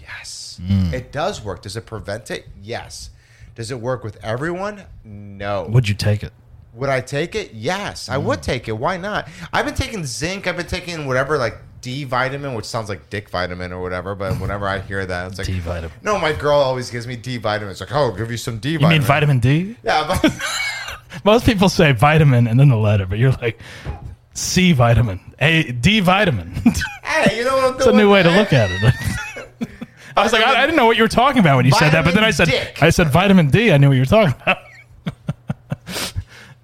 Yes. Mm. It does work. Does it prevent it? Yes. Does it work with everyone? No. Would you take it? Would I take it? Yes, I Mm. would take it. Why not? I've been taking zinc. I've been taking whatever like D vitamin, which sounds like dick vitamin or witamin, but whenever I hear that, it's <laughs> like D vitamin. No, my girl always gives me D vitamin. It's like, oh, I'll give you some D You vitamin. mean vitamin D? Yeah, but <laughs> Most people say vitamin and then the letter, but you're like C vitamin, A D vitamin. <laughs> hey, you know what I'm doing? It's a new way to look at it. I was like, I, I didn't know what you were talking about when you said that, but then I said, Vitamin dick. I said vitamin D. I knew what you were talking about. <laughs>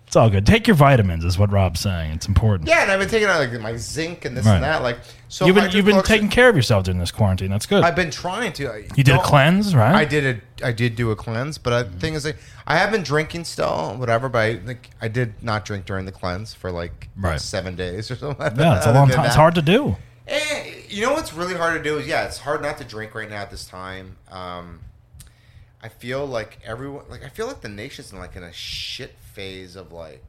it's all good. Take your vitamins, is what Rob's saying. It's important. <laughs> Yeah, and I've been taking out like my zinc and this Right. and that. Like, so you've been you've been hydroxy- taking care of yourself during this quarantine. That's good. I've been trying to. I you did a don't- cleanse, Mm. right? I did a I did do a cleanse, but I, the thing is, like, I have been drinking still, whatever. But I, like, I did not drink during the cleanse for like Right. seven days or something. like Yeah, it's a Other long than time. It's that- hard to do. Eh, you know what's really hard to do is yeah, it's hard not to drink right now at this time. Um, I feel like everyone, like I feel like the nation's in like in a shit phase of like.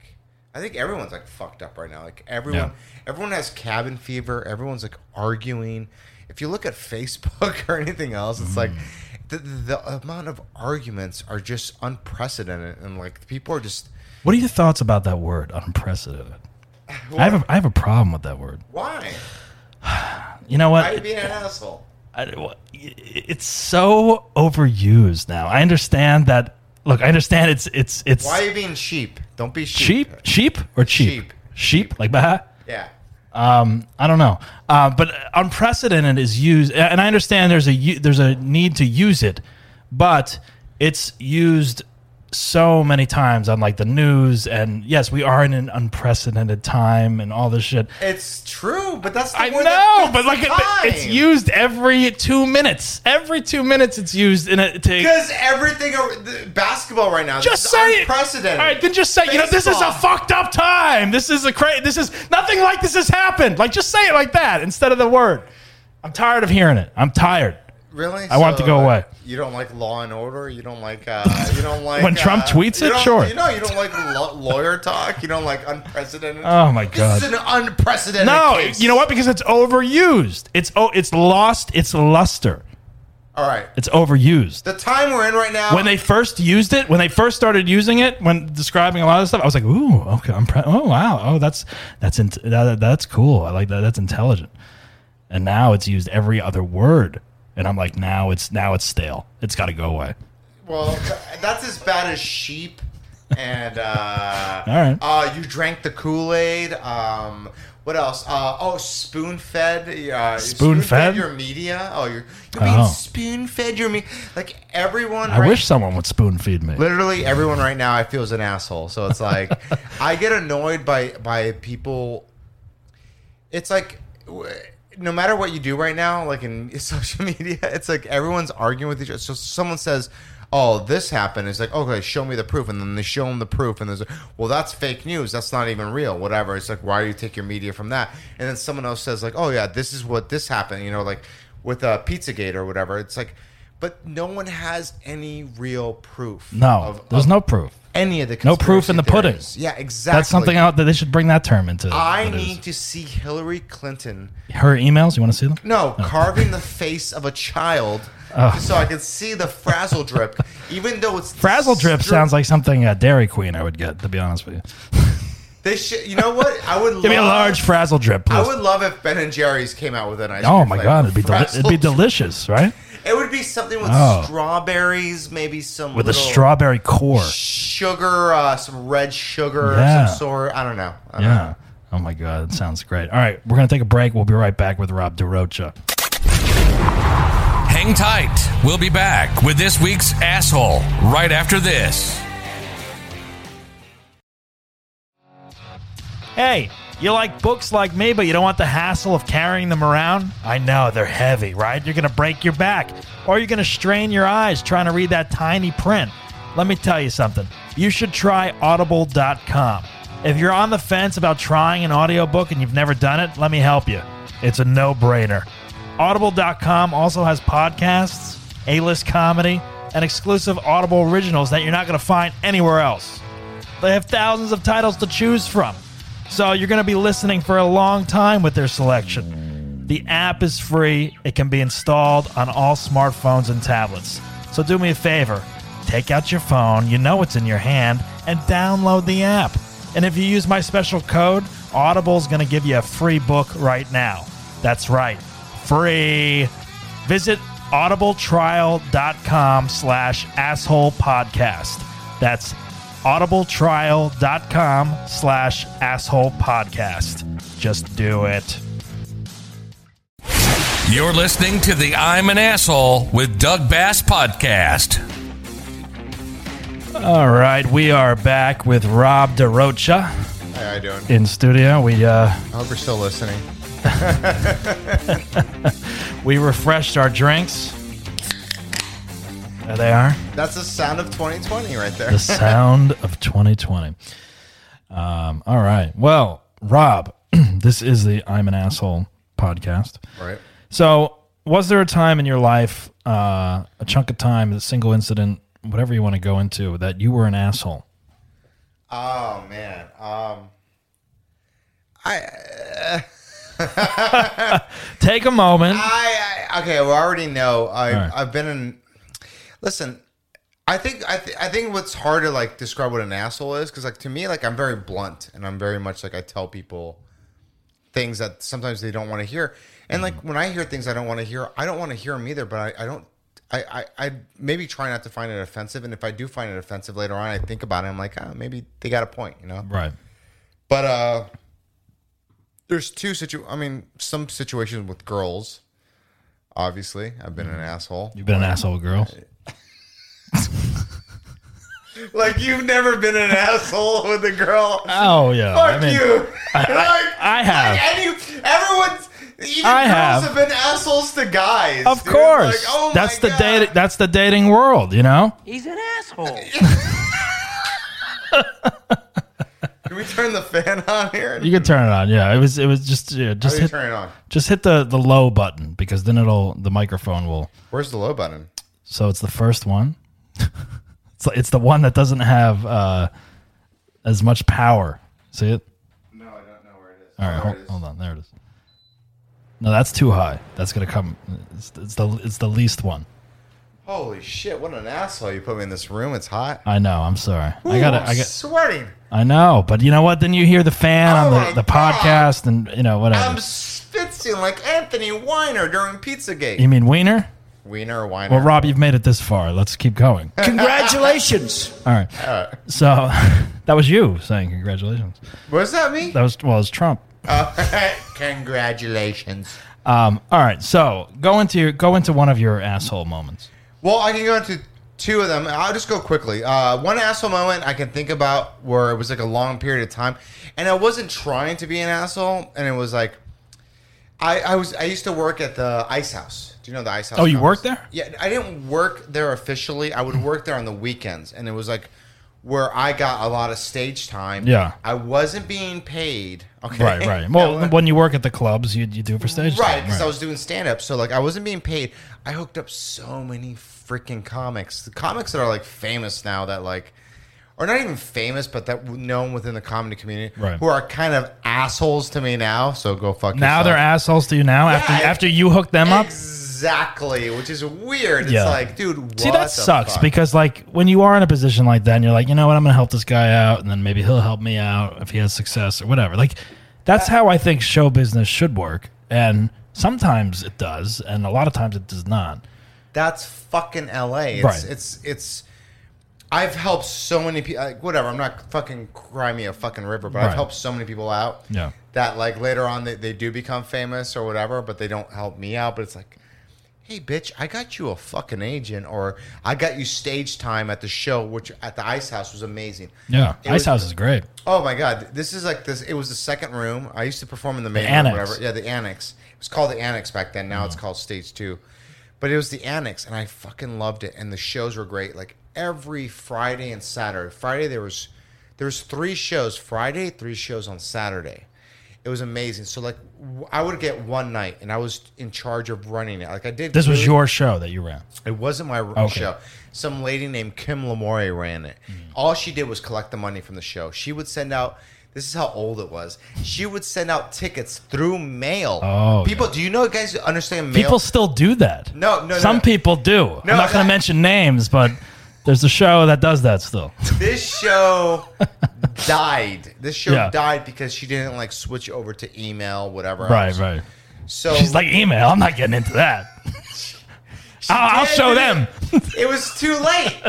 I think everyone's like fucked up right now. Like everyone, everyone has cabin <laughs> Mm. fever. Everyone's like arguing. If you look at Facebook or anything else, it's like the, the amount of arguments are just unprecedented, and like people are just What are your thoughts about that word, unprecedented? I have a, I have a problem with that word. why? You know what? Why are you being an asshole? I- wha- it's so overused now. I understand that. Look, I understand it's it's it's Why are you being sheep? Don't be sheep. cheap, cheap or cheap, Sheep. sheep like bah. Yeah. Um, I don't know, uh, but unprecedented is used, and I understand there's a u- there's a need to use it, but it's used so many times on like the news, and yes, we are in an unprecedented time and all this shit. It's true, but that's the I know, word that but like fits it, the time. it's used every two minutes. Every two minutes, it's used in a to because everything ar- the basketball right now just is say unprecedented. it. All right, then just say you know this is a Baseball. fucked up time. This is a cra This is nothing like this has happened. Like just say it like that instead of the word. I'm tired of hearing it. I'm tired. Really? I want it to go uh, away. You don't like Law and Order. You don't like. <laughs> Uh, you don't like When Trump uh, tweets you it? don't- Sure. You know, you don't like lo- lawyer talk. You don't like unprecedented. Oh, my God. This is an unprecedented. No, case. you know what? Because it's overused. It's oh, it's lost its luster. All right. It's overused. The time we're in right now. when they first used it, when they first started using it, when describing a lot of this stuff, I was like, "Ooh, okay, I'm pre- oh wow, oh that's that's in- that, that's cool. I like that. That's intelligent." And now it's used every other word, and I'm like, now it's now it's stale. It's got to go away. well, th- that's as bad as sheep. And uh, <laughs> All right. uh, you drank the Kool Aid. Um, what else? Uh, oh, spoon fed. Uh, Spoon-fed? your media. Oh, you're you're being Oh. spoon fed your media. Like everyone. I right wish someone would spoon feed me. literally everyone right now I feel is an asshole. So it's <laughs> like I get annoyed by by people. It's like w- no matter what you do right now, like in <laughs> social media, it's like everyone's arguing with each other. So someone says. Oh, this happened. It's like, okay, show me the proof, and then they show them the proof, and there's, well, that's fake news. That's not even real. Whatever. It's like, why do you take your media from that? And then someone else says, like, oh yeah, this is what this happened. You know, like with uh, PizzaGate or whatever. It's like, but no one has any real proof. No, of- there's of no proof. any of the No proof conspiracy in the pudding. theories. Yeah, exactly. That's something out that they should bring that term into. I what it is. need to see Hillary Clinton. her emails. You want to see them? No, carving the face of a child. Oh. So I can see the frazzle drip, even though it's Frazzle drip stri- sounds like something uh, Dairy Queen I would get. To be honest with you, They should, you know what? I would give me a love- large frazzle drip, I please. would love if Ben and Jerry's came out with an ice. oh cream my flavor. god, it'd be deli- it'd Frazzle be drip. delicious, right? It would be something with Oh. strawberries, maybe some with a little strawberry core. sugar, uh, some red sugar Yeah. of some sort. I don't know. I don't know. Yeah. Oh my god, that sounds great. All right, we're gonna take a break. We'll be right back with Rob DeRocha. Hang tight. We'll be back with this week's asshole right after this. Hey, you like books like me, but you don't want the hassle of carrying them around? I know, they're heavy, right? You're going to break your back, or you're going to strain your eyes trying to read that tiny print. Let me tell you something. You should try audible.com. If you're on the fence about trying an audiobook and you've never done it, let me help you. It's a no brainer. Audible.com also has podcasts, A list comedy, and exclusive Audible originals that you're not going to find anywhere else. They have thousands of titles to choose from, so you're going to be listening for a long time with their selection. The app is free, it can be installed on all smartphones and tablets. So do me a favor take out your phone, you know it's in your hand, and download the app. And if you use my special code, Audible's going to give you a free book right now. That's right free. Visit audibletrial.com slash asshole podcast. That's audibletrial.com slash asshole podcast. Just do it. You're listening to the I'm an Asshole with Doug Bass podcast. All right, we are back with Rob DeRocha How you doing? in studio. We uh, I hope you're still listening. we refreshed our drinks. There they are. That's the sound of 2020 right there. <laughs> The sound of 2020. Um, all right. Well, Rob, <clears throat> this is the I'm an Asshole podcast. right. So, was there a time in your life, uh, a chunk of time, a single incident, whatever you want to go into, that you were an asshole? Oh man. Um. I, Take a moment. Ah. I I okay. Well, I already know. I All right. I've been in. listen, I think I, th- I think what's hard to like describe what an asshole is because like to me like I'm very blunt and I'm very much like I tell people things that sometimes they don't want to hear and like Mm-hmm. when I hear things I don't want to hear I don't want to hear them either but I, I don't I, I I maybe try not to find it offensive and if I do find it offensive later on I think about it I'm like ah maybe they got a point you know Right. but uh there's two situ I mean some situations with girls obviously I've been Mm. an asshole You've been an asshole girl. <laughs> Like you've never been an asshole with a girl. Oh yeah. Fuck I mean, you. <laughs> like, I have. Like, and you, everyone's. Even I girls have. have. been assholes to guys. Of dude. course. Like, oh my that's the God. date that's the dating world, you know? Can we turn the fan <laughs> on here? You can turn it on. Yeah. It was it was just yeah, How just do you hit turn it on? just hit the the low button because then it'll the microphone will Where's the low button? So it's the first one. <laughs> it's like, it's the one that doesn't have uh, as much power. See it? No, I don't know where it is. All right, hold, hold on. There it is. No, that's too high. That's gonna come. It's, it's the it's the least one. Holy shit! What an asshole you put me in this room. It's hot. I know. I'm sorry. I got Ooh, to I I'm got. sweating. I know. But you know what? Then you hear the fan Oh on my the, the God. podcast and you know whatever. I'm spitzing like Anthony Weiner during PizzaGate. you mean Wiener? Wiener or Weiner? Well, Rob, you've made it this far. Let's keep <laughs> going. Congratulations. All right. So <laughs> that was you saying congratulations. Was that me? That was well, it was Trump. <laughs> Congratulations. Um, all right, so go into go into one of your asshole moments. Well, I can go into two of them. I'll just go quickly. Uh, one asshole moment I can think about where it was like a long period of time, and I wasn't trying to be an asshole, and it was like, I, I was I used to work at the Ice House. Do you know the Ice House? Oh, you Comics? worked there? Yeah, I didn't work there officially. I would work there on the weekends, and it was like where I got a lot of stage time. Yeah. I wasn't being paid. Okay, Right, right. Well, when you work at the clubs, you, you do for stage right time, because i was doing stand-up so like i wasn't being paid i hooked up so many freaking comics the comics that are like famous now that like are not even famous but that w- known within the comedy community Right. who are kind of assholes to me now so go fuck now yourself. they're assholes to you now after Yeah, I- after you hook them up. exactly which is weird Yeah. it's like dude See, what that the sucks fuck? because like when you are in a position like that, and you're like, you know what, I'm gonna help this guy out, and then maybe he'll help me out if he has success or whatever. Like, that's how I think show business should work, and sometimes it does, and a lot of times it does not. that's fucking LA. It's, Right. it's it's I've helped so many people. Like, whatever, I'm not fucking cry me a fucking river, but I've Right. helped so many people out. Yeah. That like later on they, they do become famous or whatever, but they don't help me out. But it's like, hey bitch, I got you a fucking agent, or I got you stage time at the show, which at the Ice House was amazing. Yeah, It Ice was- House is great. Oh my god, this is like this. It was the second room. I used to perform in the main The room, annex. Mm. whatever. Yeah, the annex. It was called the annex back then. Now it's called stage two, but it was the annex, and I fucking loved it. And the shows were great. Like every Friday and Saturday. Friday there was there was three shows. Friday, three shows on Saturday. It was amazing. So like, w- I would get one night, and I was in charge of running it. Like I did. This was really- your show that you ran. it wasn't my Okay. show. Some lady named Kim Lamore ran it. Mm. All she did was collect the money from the show. She would send out. This is how old it was. She would send out tickets through mail. Oh, people, do you know guys understand mail? People still do that. No, no, no, Some no. people do. No, I'm not going that- to mention names, but there's a show that does that <laughs> still. <laughs> this show <laughs> died. This show Yeah. died because she didn't like switch over to email, whatever. right, else. right. So She's like, email. I'm not getting into that. <laughs> I'll, I'll did show it. them. it was too late.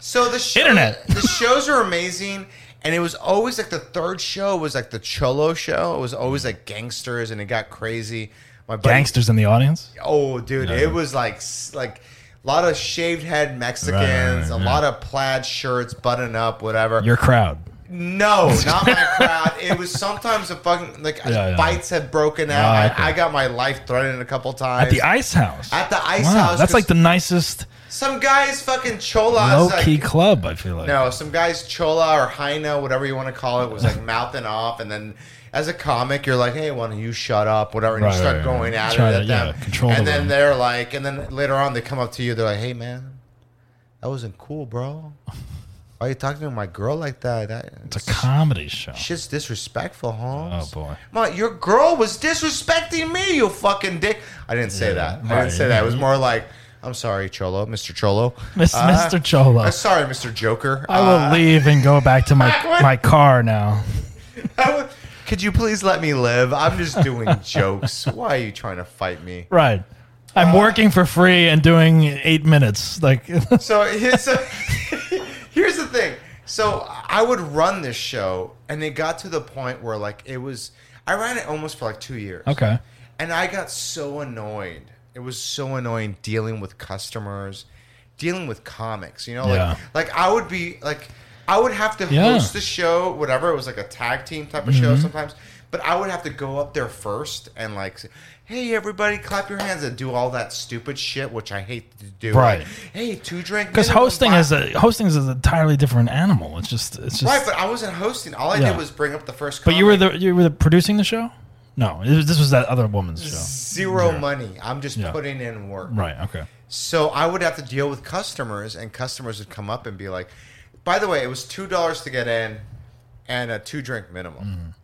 So the show, Internet. the shows are amazing, and it was always like the third show was like the Cholo show. It was always like gangsters, and it got crazy. My buddy, Gangsters in the audience. Oh, dude, it was like s- like a lot of shaved head Mexicans, Right, right, a yeah. lot of plaid shirts, button up, whatever. Your crowd. No, not my crowd. It was sometimes a fucking like Yeah, yeah. fights had broken out. Ah, I, okay. I got my life threatened a couple times. At the Ice House. At the Ice wow, House, That's 'cause- like the nicest Some guys fucking cholas. low like- key club, I feel like. No, some guys Chola or Haina, whatever you want to call it, <laughs> was like mouthing off, and then as a comic, you're like, "Hey, why don't you shut up?" Whatever, and Right, you start right, going right. at Try it to, at them, yeah, control and the then room. they're like, and then later on they come up to you, they're like, "Hey, man, that wasn't cool, <laughs> bro. Why are you talking to my girl like that? that It's a comedy show. shit's disrespectful, huh? Oh, boy. Ma, your girl was disrespecting me, you fucking dick. I didn't say that. I right, didn't say that. It was more like, I'm sorry, Cholo, <laughs> Mr. Cholo. <laughs> Miss- Mr. Cholo. I'm sorry, Mr. Joker. I will leave and go back <laughs> to my my car now. Uh, could you please let me live? I'm just doing jokes. Why are you trying to fight me? Right. Uh, I'm working for free and doing eight minutes. Like, <laughs> So here's so <laughs> here's the thing. So I would run this show, and it got to the point where like it was. I ran it almost for like two years. okay. And I got so annoyed. It was so annoying dealing with customers, dealing with comics. You know, like Yeah. like I would be like I would have to Yeah. Mm-hmm. host the show, whatever. It was like a tag team type of show sometimes. But I would have to go up there first and like, say, hey everybody, clap your hands and do all that stupid shit, which I hate to do. Right. Like, hey, two drink. Because minimum, hosting five- is a hosting is an entirely different animal. It's just it's just. right, but I wasn't hosting. All I Yeah. did was bring up the first. but you were comic. the you were the producing the show. No, it was, this was that other woman's show. zero money. I'm just Yeah. putting in work. Right. Okay. So I would have to deal with customers, and customers would come up and be like, "By the way, it was two dollars to get in, and a two drink minimum.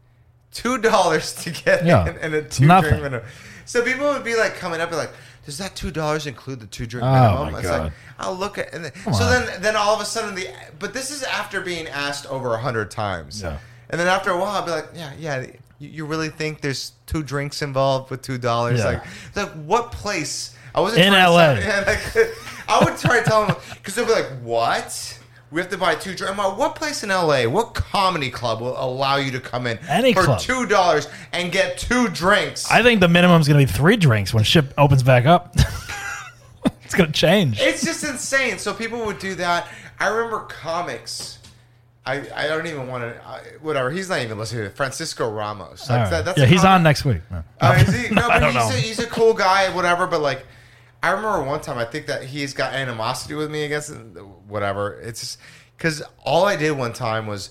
Two dollars to get Mm-hmm. Yeah. in, and a It's two nothing. drink minimum." So people would be like coming up and like, "Does that two dollars include the two drink Oh, minimum?" my It's God. like, I'll look at. And then, so on. then, then all of a sudden, the but this is after being asked over a hundred times. Yeah. And then after a while, I'll be like, "Yeah, yeah." You you really think there's two drinks involved with two dollars? Yeah. Like, like, what place? I wasn't In trying to LA. sound- yeah, <laughs> like, I would try to tell them because they'll be like, "What? We have to buy two drinks." I'm like, "What place in LA? What comedy club will allow you to come in Any for club. two dollars and get two drinks?" I think the minimum is going to be three drinks when ship opens back up. <laughs> it's going to change. it's just insane. So people would do that. I remember comics. I, I don't even want to. I whatever. He's not even listening. to it. Francisco Ramos. Like, All right. that- that's yeah, a he's comic- on next week. No. Uh, is he, no, <laughs> I but don't he's, know. A, he's a cool guy, whatever. But like, I remember one time, I think that he's got animosity with me. I guess whatever. It's because all I did one time was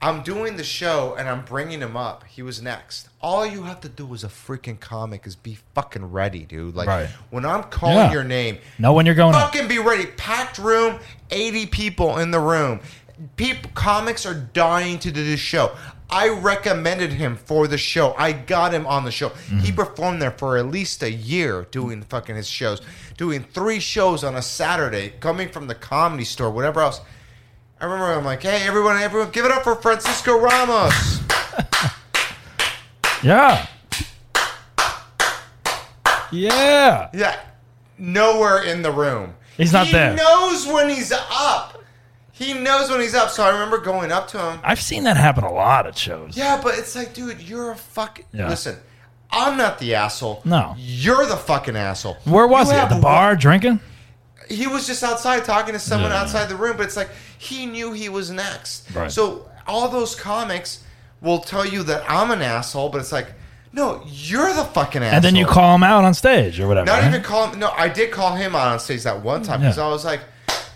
I'm doing the show and I'm bringing him up. He was next. All you have to do as a freaking comic is be fucking ready, dude. Like Right. when I'm calling Yeah. your name, Know when you're going up. fucking be ready. Packed room, 80 people in the room. People, comics are dying to do this show. I recommended him for the show. I got him on the show. He Mm-hmm. performed there for at least a year doing fucking his shows, doing three shows on a Saturday, coming from the comedy store, whatever else. I remember I'm like, hey, everyone, everyone, give it up for Francisco Ramos. Yeah. Yeah. Yeah, nowhere in the room. He's not he there. knows when he's up. He knows when he's up. So I remember going up to him. I've seen that happen a lot at shows. Yeah, but it's like, dude, you're a fuck. Yeah. Listen, I'm not the asshole. No. you're the fucking asshole. Where was You he? At have the one- bar drinking? He was just outside talking to someone Yeah. outside the room, but it's like he knew he was next. Right. So all those comics will tell you that I'm an asshole, but it's like, no, you're the fucking asshole. And then you call him out on stage or whatever. Not right? even call him. No, I did call him out on stage that one time because Yeah. I was like,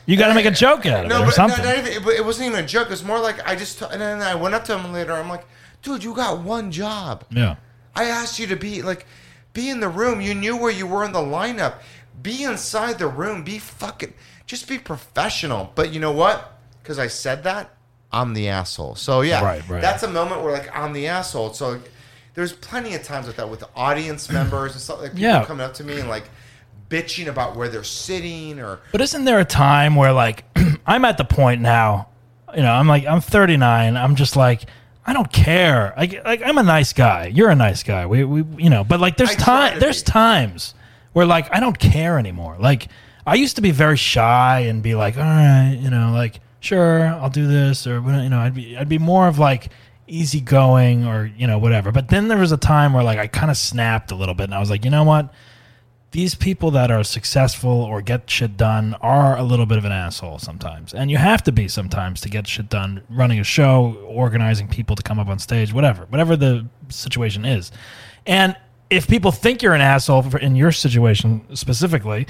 you got to make a joke out of no, it or but something. No, not even, it, but it wasn't even a joke. It was more like I just t- and then I went up to him later. I'm like, dude, you got one job. yeah. I asked you to be like, be in the room. You knew where you were in the lineup. Be inside the room. Be fucking, just be professional. But you know what? Because I said that, I'm the asshole. So yeah, Right, right. that's a moment where like I'm the asshole. So like, there's plenty of times with that with audience members and stuff like people Yeah. coming up to me and like bitching about where they're sitting or But isn't there a time where like <clears throat> I'm at the point now, you know, I'm like I'm 39, I'm just like I don't care. Like like I'm a nice guy. You're a nice guy. We we you know, but like there's I try time to there's be. times where like I don't care anymore. Like I used to be very shy and be like, "All right, you know, like sure, I'll do this or you know, I'd be I'd be more of like easygoing or you know whatever. But then there was a time where like I kind of snapped a little bit and I was like, "You know what? these people that are successful or get shit done are a little bit of an asshole sometimes. And you have to be sometimes to get shit done, running a show, organizing people to come up on stage, whatever, whatever the situation is. And if people think you're an asshole for, in your situation specifically,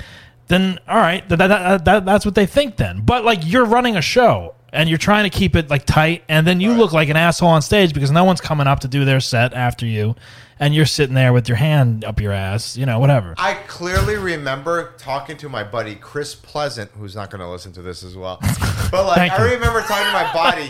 then all right, that, that, that, that, that's what they think then. But like you're running a show and you're trying to keep it like tight, and then you look like an asshole on stage because no one's coming up to do their set after you. And you're sitting there with your hand up your ass, you know, whatever. I clearly remember talking to my buddy Chris Pleasant, who's not going to listen to this as <laughs> well. But like, Thank I you. <laughs> remember talking to my body,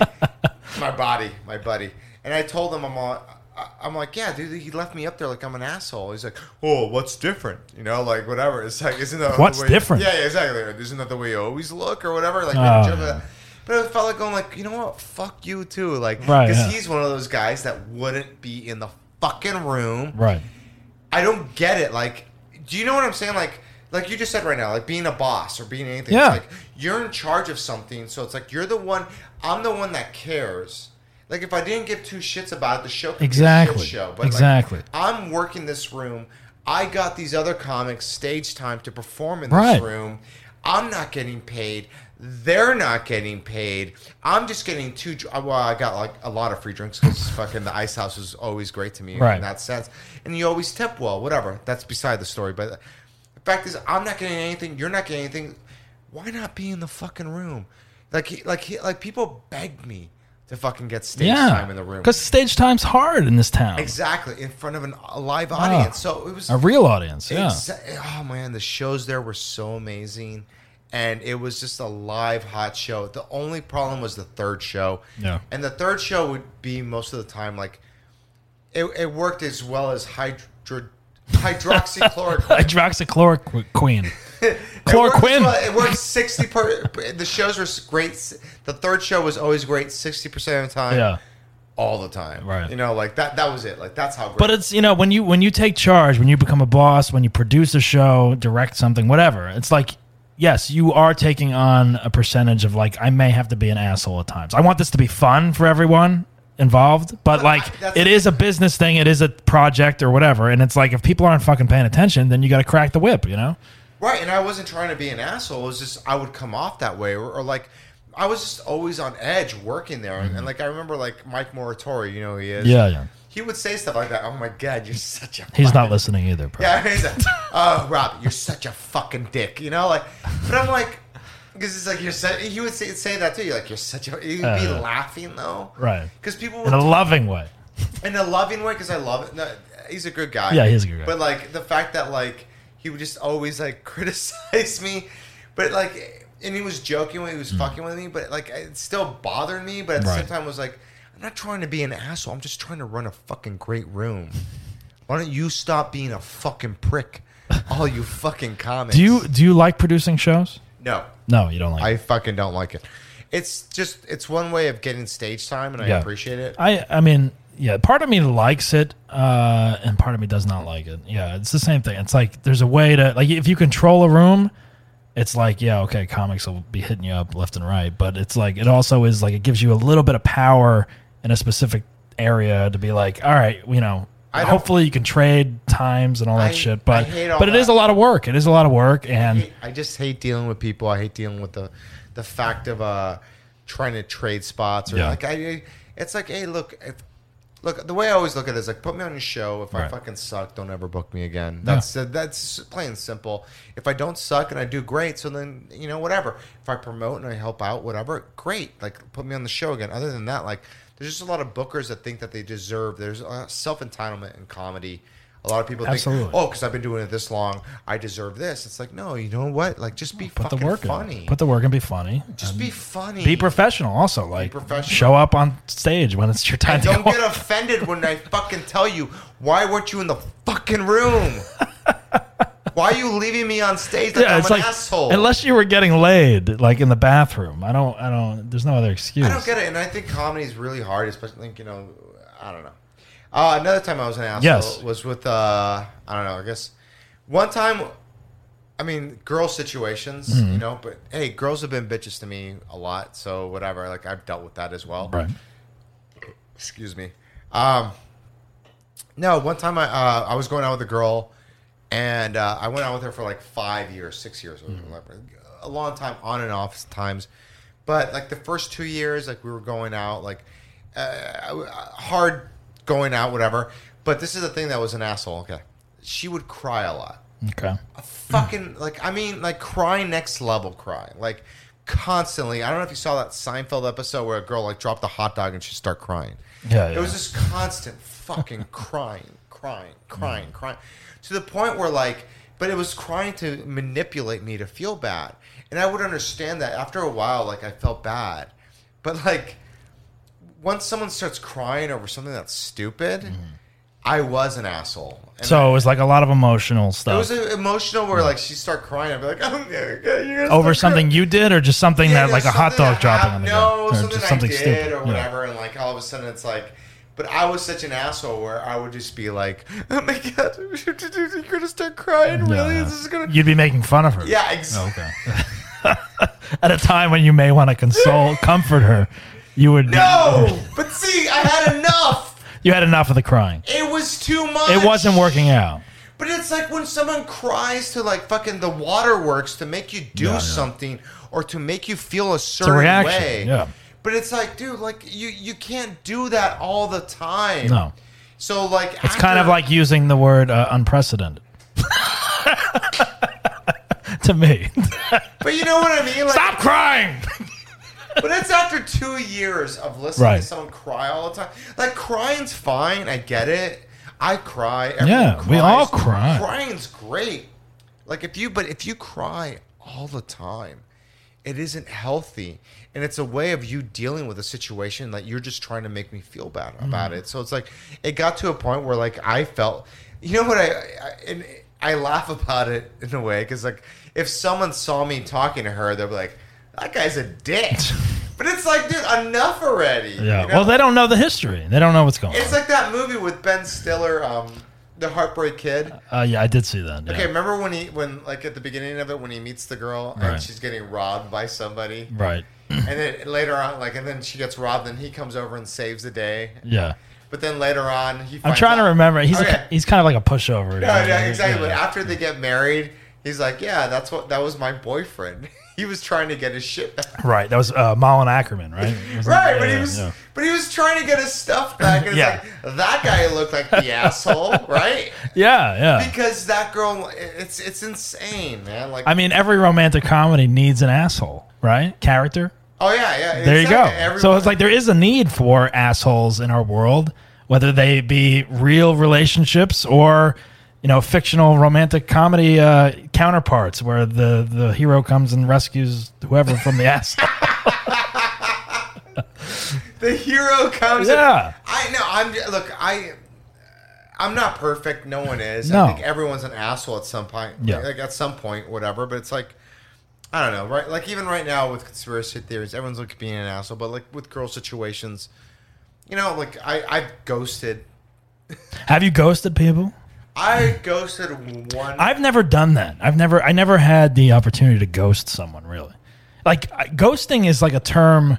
my body, my buddy, and I told him I'm all, I- I'm like, yeah, dude, he left me up there like I'm an asshole. He's like, oh, what's different? You know, like whatever. It's like, isn't that What's the way, different? Yeah, yeah, exactly. Isn't that the way you always look or whatever? Like, Oh, joke yeah. but it felt like going like, you know what? Fuck you too. Like, Right, because yeah. he's one of those guys that wouldn't be in the fucking room. Right. I don't get it. Like, do you know what I'm saying? Like, like you just said right now, like being a boss or being anything. Yeah. It's like you're in charge of something, so it's like you're the one. I'm the one that cares. Like if I didn't give two shits about it, the show could be Exactly. a shit show. But like, Exactly. I'm working this room. I got these other comics stage time to perform in Right. this room. I'm not getting paid. They're not getting paid. I'm just getting two. dr- uh, Well, I got like a lot of free drinks because <laughs> fucking the ice house was always great to me Right. in that sense. And you always tip well, whatever. That's beside the story. But the fact is, I'm not getting anything. You're not getting anything. Why not be in the fucking room? Like, he, like, he, like people begged me to fucking get stage Yeah. time in the room. Because stage time's hard in this town. Exactly in front of an, a live audience. So it was A real audience. Yeah. Exa- oh man, the shows there were so amazing, and it was just a live hot show. The only problem was the third show. Yeah. And the third show would be most of the time like, it, it worked as well as hydro, <laughs> hydroxychloroquine. <laughs> Hydroxychloroquine. It worked as Chloroquine. well- It worked sixty per. The shows were great. The third show was always great, sixty percent of the time. Yeah. All the time. Right. You know, like that. That was it. Like that's how. Great But it's you know when you when you take charge, when you become a boss, when you produce a show, direct something, whatever. It's like yes, you are taking on a percentage of like I may have to be an asshole at times. I want this to be fun for everyone involved, but like that's- it is a business thing, it is a project or whatever, and it's like if people aren't fucking paying attention, then you got to crack the whip, you know? Right, and I wasn't trying to be an asshole. It was just I would come off that way, or, or like I was just always on edge working there. And, and, like I remember, like Mike Moratori, you know who he is. Mm-hmm. Yeah, yeah. He would say stuff like that. Oh my god, you're such a. He's not fucking-" listening either. Bro. <laughs> Yeah, he's like, oh Rob, you're such a fucking dick. You know, like, but I'm like, because it's like you're such. He would say, say that too. You're like, you're such a. He'd be Uh, laughing though, right. Because people in would a loving way. in a loving way because I love it. No, he's a good guy. Yeah, he's a good guy. But like the fact that like he would just always like <laughs> criticize me, but like and he was joking when he was fucking with me, but like it still bothered me. But at Hmm. the Right. same time, I was like, I'm not trying to be an asshole. I'm just trying to run a fucking great <laughs> room. Why don't you stop being a fucking prick? All you fucking comments. Do you do you like producing shows? No, No, you don't like. I it. fucking don't like it. It's just it's one way of getting stage time, and I Yeah. appreciate it. I I mean, yeah, part of me likes it, uh, and part of me does not like it. Yeah, it's the same thing. It's like there's a way to like if you control a room, it's like yeah, okay, comics will be hitting you up left and right, but it's like it also is like it gives you a little bit of power in a specific area to be like, all right, you know. I don't- Hopefully you can trade times and all that I- shit, but I hate all but it is that. a lot of work. It is a lot of work, and hate- I just hate dealing with people. I hate dealing with the the fact of uh trying to trade spots or Yeah. like I it's like hey look if look the way I always look at it is like put me on your show if I Right. fucking suck don't ever book me again that's that's plain and simple if I don't suck and I do great so then you know whatever if I promote and I help out whatever great like put me on the show again other than that like there's just a lot of bookers that think that they deserve there's uh, self entitlement in comedy a lot of people Absolutely. think oh because I've been doing it this long, I deserve this. It's like, no, you know what? Like, just be put the fucking work funny. in. Put the work and be funny. just be funny. Be professional also. Like professional. show up on stage when it's your time And to don't go <laughs> get offended when I fucking tell you why weren't you in the fucking room? why are you leaving me on stage like yeah, I'm it's an like asshole? unless you were getting laid, like in the bathroom. I don't, I don't. There's no other excuse. I don't get it, and I think comedy is really hard, especially like, you know, I don't know. Uh, another time I was an asshole Yes. was with uh, I don't know. I guess one time, I mean, girl situations, Mm-hmm. you know. But hey, girls have been bitches to me a lot, so whatever. Like I've dealt with that as well. Right. Excuse me. Um, no, one time I uh, I was going out with a girl, and uh, I went out with her for like five years, six years, or whatever, a long time on and off times. But like the first two years, like we were going out, like uh, I- hard going out, whatever. But this is the thing that was an asshole. Okay, she would cry a lot Okay. fucking like I mean like cry next level cry like constantly. I don't know if you saw that Seinfeld episode where a girl like dropped a hot dog and she start crying. Yeah, yeah. Mm. it was just constant <laughs> fucking crying, crying, crying, crying to the point where like, but it was crying to manipulate me to feel bad, and I would understand that after a while. Like I felt bad, but like once someone starts crying over something that's stupid, I was an asshole. And Mm. So it was like a lot of emotional it stuff was uh, emotional where like she start crying. I'd be like, oh, yeah, okay, you're gonna over start crying." something you did, or just something that Yeah, yeah, like a hot something dog I dropping hap- on the No, ground, something, I did or Yeah. whatever, and like all of a sudden it's like. But I was such an asshole where I would just be like, "Oh my god, <laughs> you're gonna start crying? Really? Yeah. Is this gonna?" You'd be making fun of her. Yeah, exactly. Okay. <laughs> At a time when you may want to <laughs> console, comfort her, you would. <laughs> <laughs> No, but see, I had enough. You had enough of the crying. It was too much. It wasn't working out. But it's like when someone cries to like fucking the waterworks to make you do Yeah, yeah. something or to make you feel a certain reaction, way. yeah. But it's like, dude, like you you can't do that all the time. No. So like It's kind of like using the word uh, unprecedented. <laughs> to me. But you know what I mean? Like, Stop crying! But it's after two years of listening Right. to someone cry all the time. Like crying's fine, I get it. I cry. everyone Yeah, we all cry. Crying's great. Like if you, but if you cry all the time, it isn't healthy, and it's a way of you dealing with a situation that you're just trying to make me feel bad Mm-hmm. about it. So it's like it got to a point where like I felt, you know what I, I and I laugh about it in a way because like if someone saw me talking to her, they'd be like, "That guy's a dick," but it's like, dude, enough already. <laughs> Yeah. you know? Well, they don't know the history. They don't know what's going It's on. like that movie with Ben Stiller, um, the Heartbreak Kid. uh, yeah, I did see that. yeah. Okay, remember when he when like at the beginning of it when he meets the girl Right. and she's getting robbed by somebody, Right. and then later on like and then she gets robbed and he comes over and saves the day, Yeah. but then later on he. I'm finds trying to out- <laughs> remember. He's Okay. a, he's kind of like a pushover. no, no, exactly. After they get married, he's like, "Yeah, that's what that was my boyfriend. <laughs> he was trying to get his shit back." Right. That was uh, Malin Ackerman, <laughs> right? Wasn't- Right, but he yeah, was, yeah. but he was trying to get his stuff back. <laughs> And Yeah. it's like that guy looked like the asshole, <laughs> right? Yeah, yeah. Because that girl, it's it's insane, man. Like, I mean, every romantic comedy needs an asshole, right? Character. oh yeah, yeah. There you go. exactly. Everyone- So it's like there is a need for assholes in our world, whether they be real relationships or you know fictional romantic comedy uh, counterparts, where the the hero comes and rescues whoever from the ass. the hero comes. in- Yeah. I know. I'm look. I. I'm not perfect. No one is. No. I think everyone's an asshole at some point. Yeah. Like at some point, whatever. But it's like, I don't know. Right. Like even right now with conspiracy theories, everyone's like being an asshole. But like with girl situations, you know, like I I've ghosted. Have you ghosted people? I ghosted one. I've never done that. I've never I never had the opportunity to ghost someone really. Like I- ghosting is like a term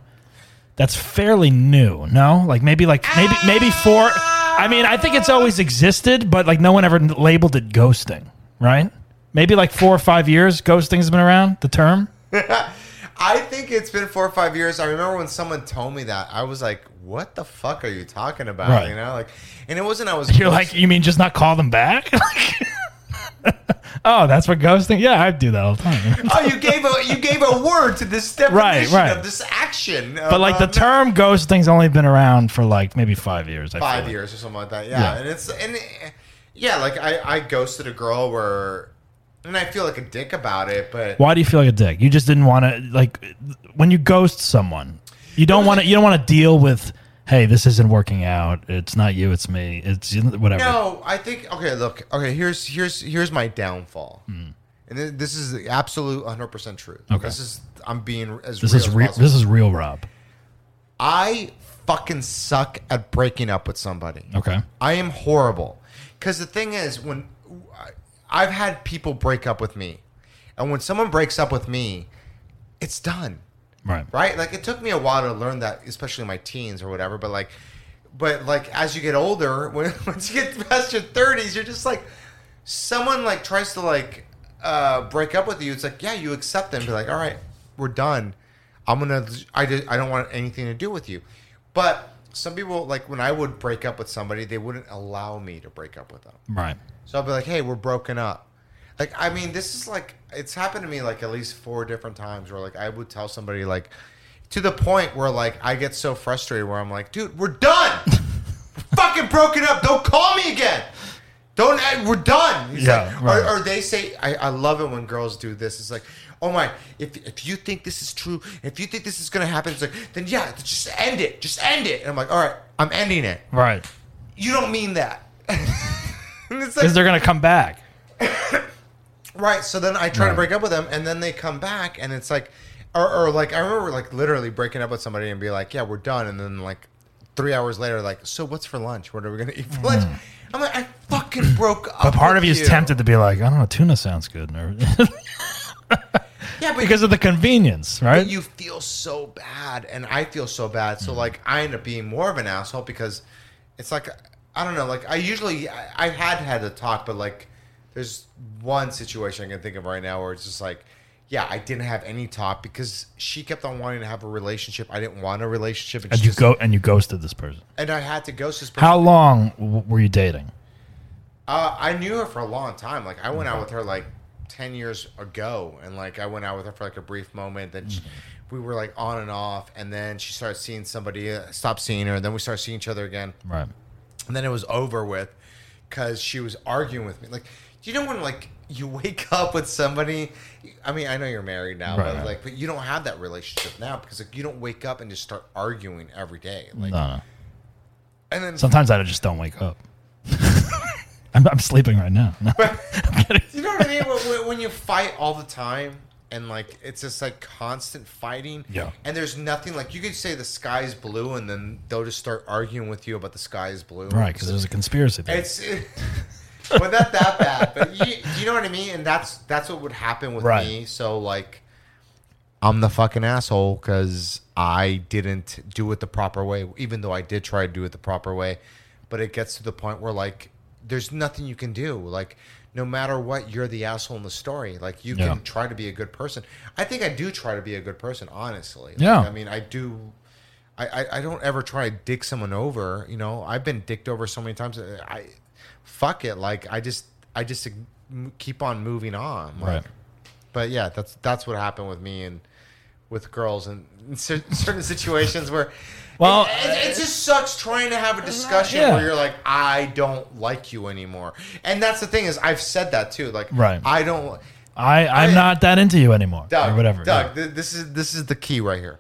that's fairly new. No, like maybe like maybe maybe for. I mean, I think it's always existed, but like no one ever labeled it ghosting, right? Maybe like four or five years, ghosting has been around. The term. I think it's been four or five years. I remember when someone told me that, I was like, "What the fuck are you talking about?" Right. You know, like, and it wasn't. I <laughs> was. You're like, you mean just not call them back? <laughs> oh, that's what ghosting. Yeah, I do that all the <laughs> time. oh, you gave a you gave a word to this <laughs> definition Right, right. of this action. But like the term ghosting's only been around for like maybe five years. I feel five like. years or something like that. Yeah, Yeah. and it's and it- yeah, like I I ghosted a girl where, and I feel like a dick about it, but Why do you feel like a dick? You just didn't want to like when you ghost someone. You don't want to. You don't want to deal with. Hey, this isn't working out. It's not you. It's me. It's whatever. No, I think okay. Look, okay. Here's here's here's my downfall, and thi- this is the absolute 100 percent truth. Mm-hmm. Okay. This is I'm being as this real is as real. possible. This is real, Rob. I fucking suck at breaking up with somebody. Okay. I am horrible. Because the thing is, when I- I've had people break up with me, and when someone breaks up with me, it's done Right. right? Like it took me a while to learn that, especially in my teens or whatever. But like, but like as you get older, <laughs> when once you get past your thirties, you're just like someone like tries to like uh, break up with you. It's like yeah, you accept them, be like, all right, we're done. I'm gonna I did, I don't want anything to do with you. But some people like when I would break up with somebody, they wouldn't allow me to break up with them. Right. So I'll be like, hey, we're broken up. Like, I mean, this is like, it's happened to me like at least four different times where like I would tell somebody, like, to the point where like I get so <laughs> frustrated where I'm like, dude, we're done. We're fucking broken up. Don't call me again. Don't eh, we're done. He's Yeah, like- right. or, or they say I, I love it when girls do this. It's like, oh my, if if you think this is true, if you think this is gonna happen, it's like then yeah, just end it. Just end it. And I'm like, all right, I'm ending it. Right. You don't mean that. <laughs> And it's like, Because they're going to come back. Right. So then I try to break up with them, and then they come back, and it's like, or, or like I remember like literally breaking up with somebody and be like, yeah, we're done, and then like three hours later, like, so what's for lunch? What are we gonna eat for lunch? I'm like, I fucking broke up. Hmm. But part of with you is tempted to be like, I don't know, tuna sounds good. Or, <laughs> yeah, but because of the convenience, right? but you feel so bad, and I feel so bad. Mm-hmm. So like, I end up being more of an asshole because it's like I don't know. Like I usually I, I had had a talk, but like there's one situation I can think of right now where it's just like, yeah, I didn't have any talk because she kept on wanting to have a relationship. I didn't want a relationship, and, and she you just- go and you ghosted this person. and I had to ghost this person. How long w- were you dating? Uh, I knew her for a long time. Like I went Mm-hmm. out with her like ten years ago, and like I went out with her for like a brief moment. Then she, Mm-hmm. we were like on and off, and then she started seeing somebody. Uh, stopped seeing her, and then we started seeing each other again, Right. and then it was over with because she was arguing with me. Like you don't want to like you <laughs> wake up with somebody. I mean, I know you're married now, Right, but right. like, but you don't have that relationship now because like you don't wake up and just start arguing every day. Like, No, no. and then Sometimes I just don't wake up. <laughs> I'm, I'm sleeping right now. No. You know what I mean? When- when, when you fight all the time and like it's just like constant fighting. Yeah. And there's nothing like you could say the sky's blue and then they'll just start arguing with you about the sky is blue. Right, because there's a conspiracy theory. It's <laughs> it, well not that bad, but you, you know what I mean. And that's that's what would happen with Right. me. So like, I'm the fucking asshole because I didn't do it the proper way, even though I did try to do it the proper way. But it gets to the point where like, there's nothing you can do. Like, no matter what, you're the asshole in the story. Like, you Yeah. can try to be a good person. I think I do try to be a good person, honestly. Like, Yeah. I mean, I do I, I, I don't ever try to dick someone over. You know, I've been dicked over so many times. I fuck it. Like I just I just m- keep on moving on. Like, Right. But yeah, that's that's what happened with me and with girls and in cer- <laughs> certain situations where. Well, it, it, it just sucks trying to have a discussion yeah. where you're like, I don't like you anymore, and that's the thing is I've said that too. Like, Right. I don't. I, I'm I- not that into you anymore. Doug, or whatever. Doug, yeah. th- this is this is the key right here.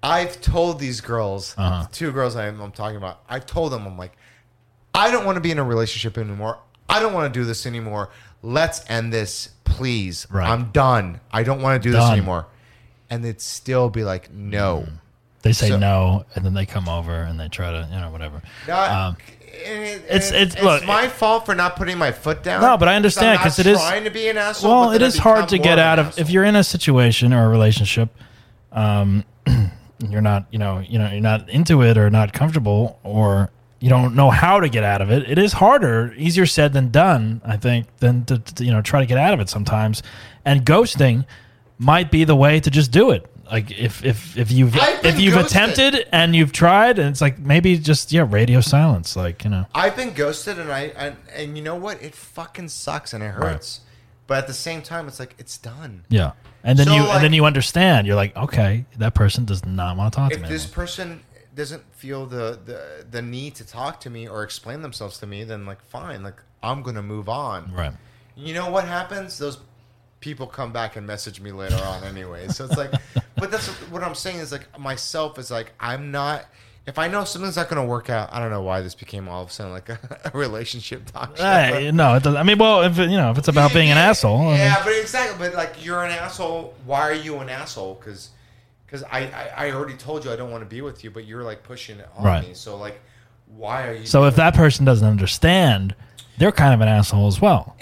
I've told these girls, Uh-huh. the two girls I'm, I'm talking about. I've told them, I'm like, I don't want to be in a relationship anymore. I don't want to do this anymore. Let's end this, please. Right. I'm done. I don't want to do this Done. Mm. anymore. And they'd still be like, no. They say So- no, and then they come over and they try to, you know, whatever. Not- Um, and it- it's- and it's- look, my fault for not putting my foot down. No, but I understand, I'm not 'cause it is- trying to be an asshole. well, but it then I is hard become to more get an out of asshole. if you're in a situation or a relationship, um, <clears throat> you're not, you know, you know, you're not into it or not comfortable or you don't know how to get out of it. It is harder, easier said than done, I think, than to, to, you know try to get out of it sometimes. And ghosting might be the way to just do it. Like if if if you've I've been if you've ghosted. attempted and you've tried, and it's like maybe just yeah, radio silence, like you know. I've been ghosted, and I and, and you know what? It fucking sucks and it hurts. But at the same time, it's like it's done. Yeah. And then So, you like- and then you understand. You're like, okay, that person does not want to talk to If me. this anymore. person doesn't feel the, the the need to talk to me or explain themselves to me, then like fine, like I'm gonna move on. right. You know what happens? Those people come back and message me later on anyway. So <laughs> it's like, but that's what I'm saying is like myself is like I'm not. If I know something's not going to work out, I don't know why this became all of a sudden like <laughs> a, relationship talk show. but- Right. No, it doesn't. I mean, well, if it- you know, if it's about being an asshole, I mean, Yeah, but exactly. But like, you're an asshole. Why are you an asshole? Because I, I I already told you I don't want to be with you, but you're like pushing it on Right. me. So like, why are you? so if that person doesn't understand, they're kind of an asshole as well.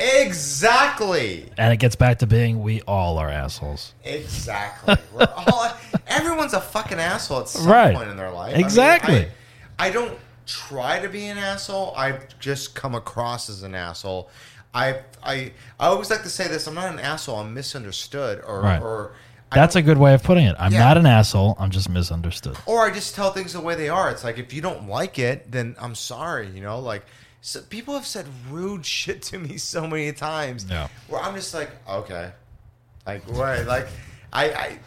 exactly, And it gets back to being we all are assholes. exactly. We're all everyone's a fucking asshole at some Right. point in their life. I mean, Exactly. I, I don't try to be an asshole. I've just come across as an asshole. I I I always like to say this. I'm not an asshole. I'm misunderstood or Right. or. I That's a good way of putting it. I'm Yeah. not an asshole. I'm just misunderstood. or I just tell things the way they are. It's like if you don't like it, then I'm sorry. You know, like so people have said rude <laughs> shit to me so many times. Yeah. where I'm just like, okay, like what? like I, I,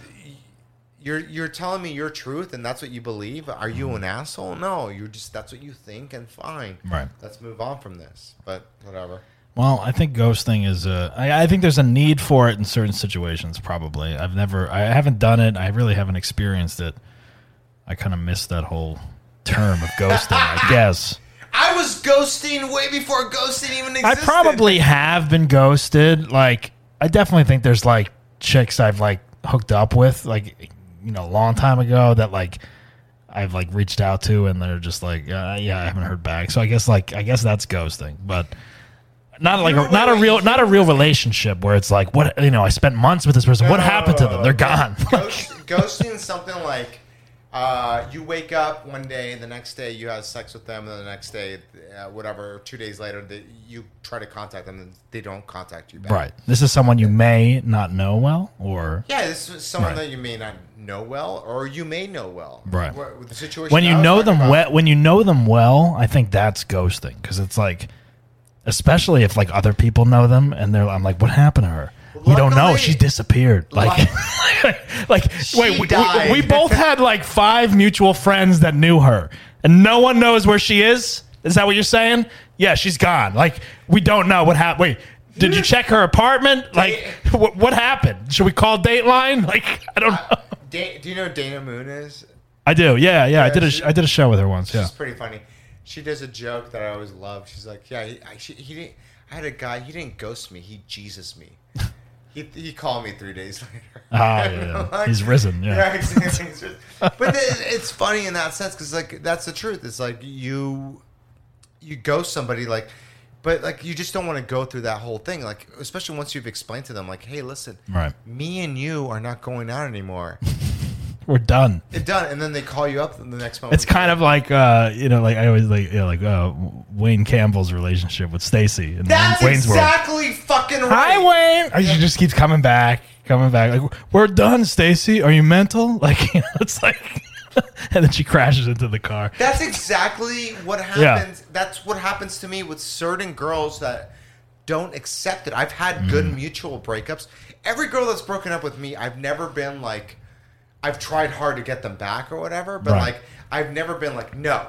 you're you're telling me your truth and that's what you believe. Are you Mm-hmm. an asshole? No, you're just that's what you think and fine. Right. Let's move on from this. But whatever. Well, I think ghosting is a. I, I think there's a need for it in certain situations. Probably, I've never, I haven't done it. I really haven't experienced it. I kind of missed that whole term of ghosting. I guess I was ghosting way before ghosting even existed. I probably have been ghosted. Like, I definitely think there's like chicks I've like hooked up with, like you know, a long time ago that like I've like reached out to, and they're just like, uh, yeah, I haven't heard back. So I guess like I guess that's ghosting, but not like a, not a real not a real relationship where it's like what you know I spent months with this person. what No, happened to them? They're gone. <laughs> Ghost, ghosting is something like uh, you wake up one day, the next day you have sex with them, and the next day, uh, whatever, two days later, they, you try to contact them, and they don't contact you back. right. This is someone you may not know well, or Yeah, this is someone Right. that you may not know well, or you may know well. Right. Wh- with the situation when I you was know talking them about, well. When you know them well, I think that's ghosting because it's like, especially if like other people know them and they're I'm like, what happened to her? we don't know. Luckily- She disappeared. Like, like <laughs> wait, we- died. we, we both had like five mutual friends that knew her, and no one knows where she is. Is that what you're saying? Yeah, she's gone. Like, we don't know what happened. Wait, did you check her apartment? Like, what, what happened? Should we call Dateline? Like, I don't know. Da- do you know who Dana Moon is? I do. Yeah, yeah. I did a she- I did a show with her once. Yeah. She's pretty funny. She does a joke that I always love. She's like, "Yeah, he, I, she, he didn't. I had a guy. He didn't ghost me. He Jesus <laughs> me. he, he called me three days <laughs> later. Ah, yeah. <laughs> Like- He's risen, yeah. <laughs> exactly. He's risen. but it, it's funny in that sense because like that's the truth. It's like you you ghost somebody like. But like you just don't want to go through that whole thing, like especially once you've explained to them, like, "Hey, listen, Right. me and you are not going out anymore." We're done. it done, and then they call you up the next moment. It's kind of like uh, you know, like I always like you know, like uh, Wayne Campbell's relationship with Stacy and That's Wayne's World. exactly fucking right. Hi, Wayne. And She just keeps coming back, coming back. Like we're done, Stacy. Are you mental? <laughs> Like you know, it's like, <laughs> and then she crashes into the car. That's exactly what happens. That's what happens to me with certain girls that don't accept it. I've had good Mm. mutual breakups. Every girl that's broken up with me, I've never been like, I've tried hard to get them back or whatever, but Right. like, I've never been like, no,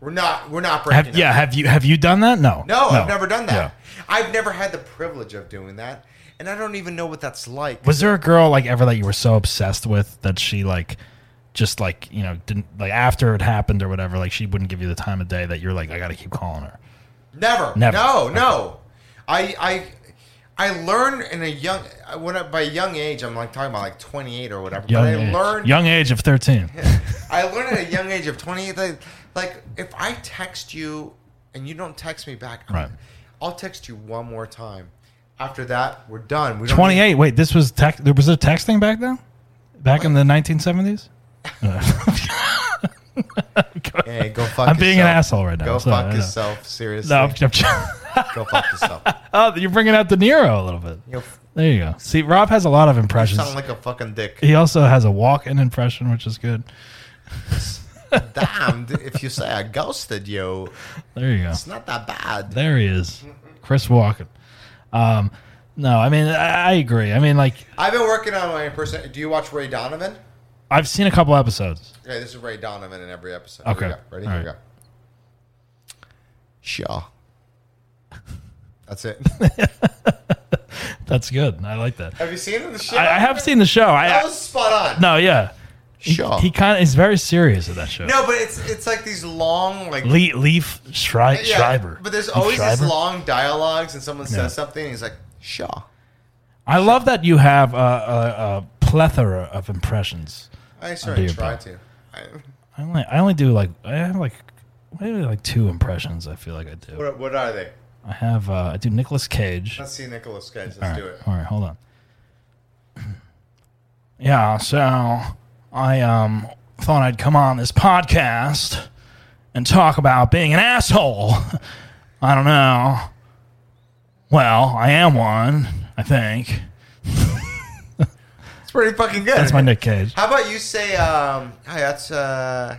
we're not, we're not breaking Have, up. yeah, have you have you done that? No, no, I've never done that. I've never had the privilege of doing that, and I don't even know what that's like. Was there a girl like ever that you were so obsessed with that she like just like you know didn't like after it happened or whatever like she wouldn't give you the time of day that you're like I got to keep calling her. Never. Never. No, no. I I I learned in a young when I, by young age I'm like talking about like 28 or whatever. Young but I age. learned young age of <laughs> thirteen. I learned at a young age of 28 that like if I text you and you don't text me back, I'm- Right. I'll text you one more time. After that, we're done. We don't Twenty need- eight. Wait, this was text. There was there texting back then, back in the nineteen seventies. Hey, go fuck I'm being an yourself. asshole right now. Go I'm sorry, I fuck know. yourself. Seriously. No, I'm, I'm, Go fuck yourself. <laughs> oh, you're bringing out De Niro a little bit. <laughs> You There you go. See, Rob has a lot of impressions. sound like a fucking dick. he also has a walk-in impression, which is good. Damn, if you say I ghosted you, There you go. it's not that bad. There he is, Chris Walken. Um, no, I mean I, I agree. I mean like I've been working on my person. Do you watch Ray Donovan? I've seen a couple episodes. Okay, this is Ray Donovan in every episode. Okay. Here we go. Ready? All Here we right. go. Shaw. <laughs> That's <laughs> it. That's good. I like that. have you seen him? The show? I, I have seen the show. I That was spot on. no, yeah. He- Shaw. He, kind of is very serious in that show. no, but it's it's like these long like Le- Leaf Shri- Yeah, Schreiber. But there's Leif always these Schreiber? long dialogues, and someone says Yeah. something, and he's like Shaw. I love that you have a, a, a plethora of impressions. I do sorry, your try best. to. I, I only I only do like I have like maybe like two impressions. I feel like I do. what, what are they? I have uh, I do Nicolas Cage. Let's see Nicholas Cage. Let's All right, do it. All right, hold on. <clears throat> Yeah, so I um thought I'd come on this podcast and talk about being an asshole. <laughs> I don't know. Well, I am one, I think. It's pretty fucking good. That's my Nick Cage. How about you say, um, hi, that's uh,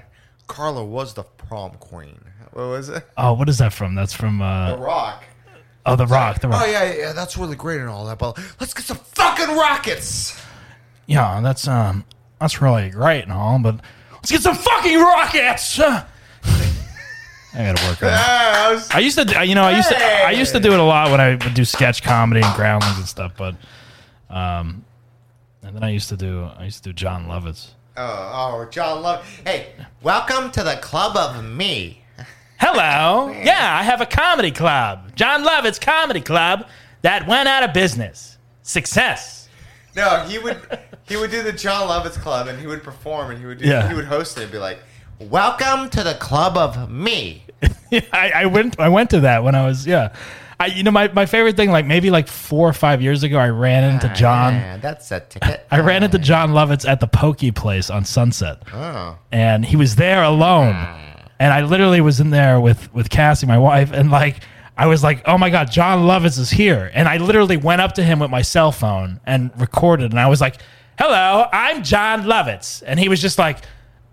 Carla was the prom queen. What was it? Oh, what is that from? That's from The uh, Rock. oh, The Rock. The Rock. Oh yeah, yeah, that's really great and all that, but let's get some fucking rockets. Yeah, that's um that's really great and all, but let's get some fucking rockets. I gotta work on that. I was- I used to, I- you know, I used to, I used to do it a lot when I would do sketch comedy and groundlings and stuff. But, um, and then I used to do, I used to do John Lovitz. oh, oh, John Love. Hey, welcome to the club of me. Hello, yeah, I have a comedy club, John Lovitz Comedy Club, that went out of business. Success. No, he would he would do the John Lovitz Club and he would perform and he would do, Yeah. he would host it and be like, "Welcome to the club of me." <laughs> Yeah, I, I went I went to that when I was yeah. I you know my, my favorite thing like maybe like four or five years ago I ran into John Ah, that's a ticket. I ran into John Lovitz at the Pokey Place on Sunset, Oh. and he was there alone, and I literally was in there with with Cassie my wife and like. I was like, "Oh my God, John Lovitz is here!" And I literally went up to him with my cell phone and recorded. And I was like, "Hello, I'm John Lovitz," and he was just like,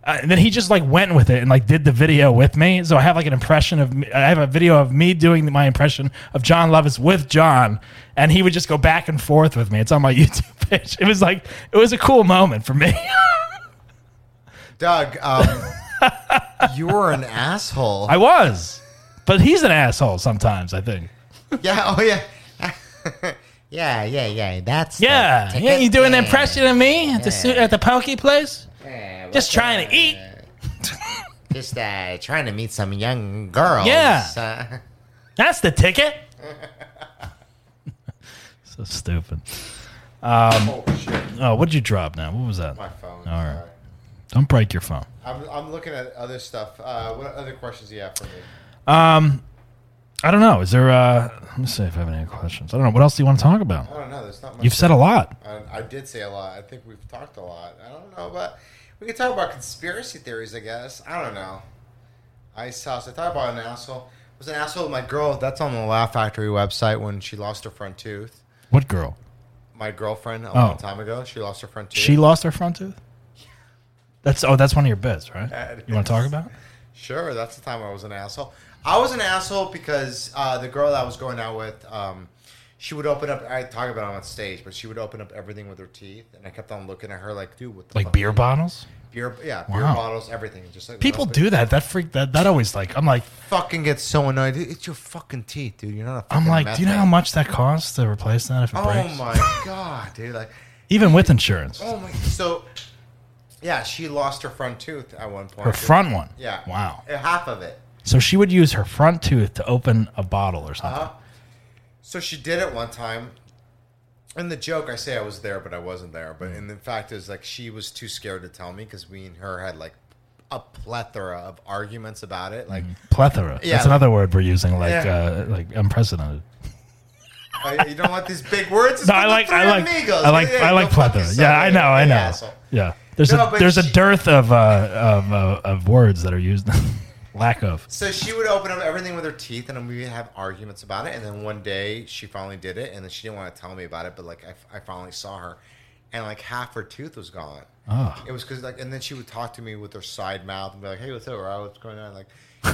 uh, and then he just like went with it and like did the video with me. So I have like an impression of me, I have a video of me doing my impression of John Lovitz with John, and he would just go back and forth with me. It's on my <laughs> YouTube page. It was like it was a cool moment for me. <laughs> Doug, um, <laughs> you were an asshole. I was, but he's an asshole sometimes. I think. <laughs> yeah. Oh yeah. yeah. <laughs> Yeah. Yeah. That's the Yeah, yeah. ticket. You doing an Yeah. impression of me at the su- at the pokey place? Yeah, Just welcome. trying to eat. Just uh, trying to meet some young girls. Yeah. Uh, <laughs> That's the ticket. <laughs> so stupid. oh shit! Oh, what'd you drop now? What was that? My phone. All right. sorry. Don't break your phone. I'm, I'm looking at other stuff. Uh, what other questions do you have for me? I don't know. Is there? Uh, let me see if I have any questions. I don't know. What else do you want to talk I about? don't know. There's not much. You've said a lot. I, I did say a lot. I think we've talked a lot. I don't know, but we could talk about conspiracy theories, I guess. I don't know. Ice House. I thought about an asshole. I was an asshole with my girl. That's on the Laugh Factory website when she lost her front tooth. What girl? My girlfriend a Oh. long time ago. She lost her front tooth. She lost her front tooth. That's oh, that's one of your bits, right? That You want is. to talk about? it? Sure, that's the time I was an asshole. I was an asshole because uh, the girl that I was going out with, um, she would open up. I talk about it on stage, but she would open up everything with her teeth, and I kept on looking at her like, "Dude, what the Like fuck? beer bottles. beer, yeah, beer Wow. bottles, everything." Just like People open- do that. That freak. That that always like. I'm like. fucking get so annoyed. Dude, It's your fucking teeth, dude. You're not. A I'm fucking like. meth Do you know head. how much that costs to replace that if it Oh breaks? <laughs> my god, dude! Like, Even with insurance, oh my. So, yeah, she lost her front tooth at one point. her front one. Yeah. Uh, Wow. Half of it. So she would use her front tooth to open a bottle or Uh-huh. something. So she did it one time. In the joke, I say I was there, but I wasn't there. Mm-hmm. But in the fact is, like, she was too scared to tell me because we and her had like a plethora of arguments about it. <laughs> Like, Plethora. Yeah. That's another word we're using. Like uh, Yeah. like unprecedented. I- you don't want these big words. It's No, I from the like I Three like Amigos. I like Hey, hey, I like go fuck plethora. yourself. Yeah, I know, I Hey, know. asshole. Yeah, there's No, a but there's a she- dearth of uh, of, uh, of words that are used, <laughs> lack of. So she would open up everything with her teeth, and we would have arguments about it. And then one day she finally did it, and then she didn't want to tell me about it. But like I, I finally saw her, and like half her tooth was gone. Oh. It was because like, and then she would talk to me with her side mouth and be like, "Hey, what's up, bro? What's going on?" Like,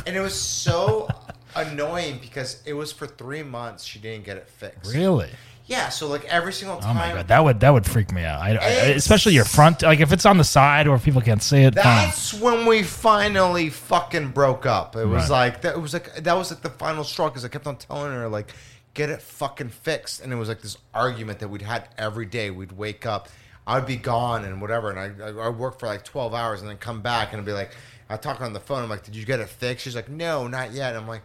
and it was <laughs> so annoying because it was for three months she didn't get it fixed. Really? Yeah. So like every single time. Oh my god, that would that would freak me out. I, I, especially your It's- front, like if it's on the side or if people can't see it. Fine. That's when we finally fucking broke up. It Right. was like that. It was like that was like the final straw because I kept on telling her like, get it fucking fixed, and it was like this argument that we'd had every day. We'd wake up, I'd be gone and whatever, and I I I'd work for like twelve hours and then come back and I'd be like, I talk on the phone. I'm like, did you get it fixed? She's like, no, not yet. I'm like,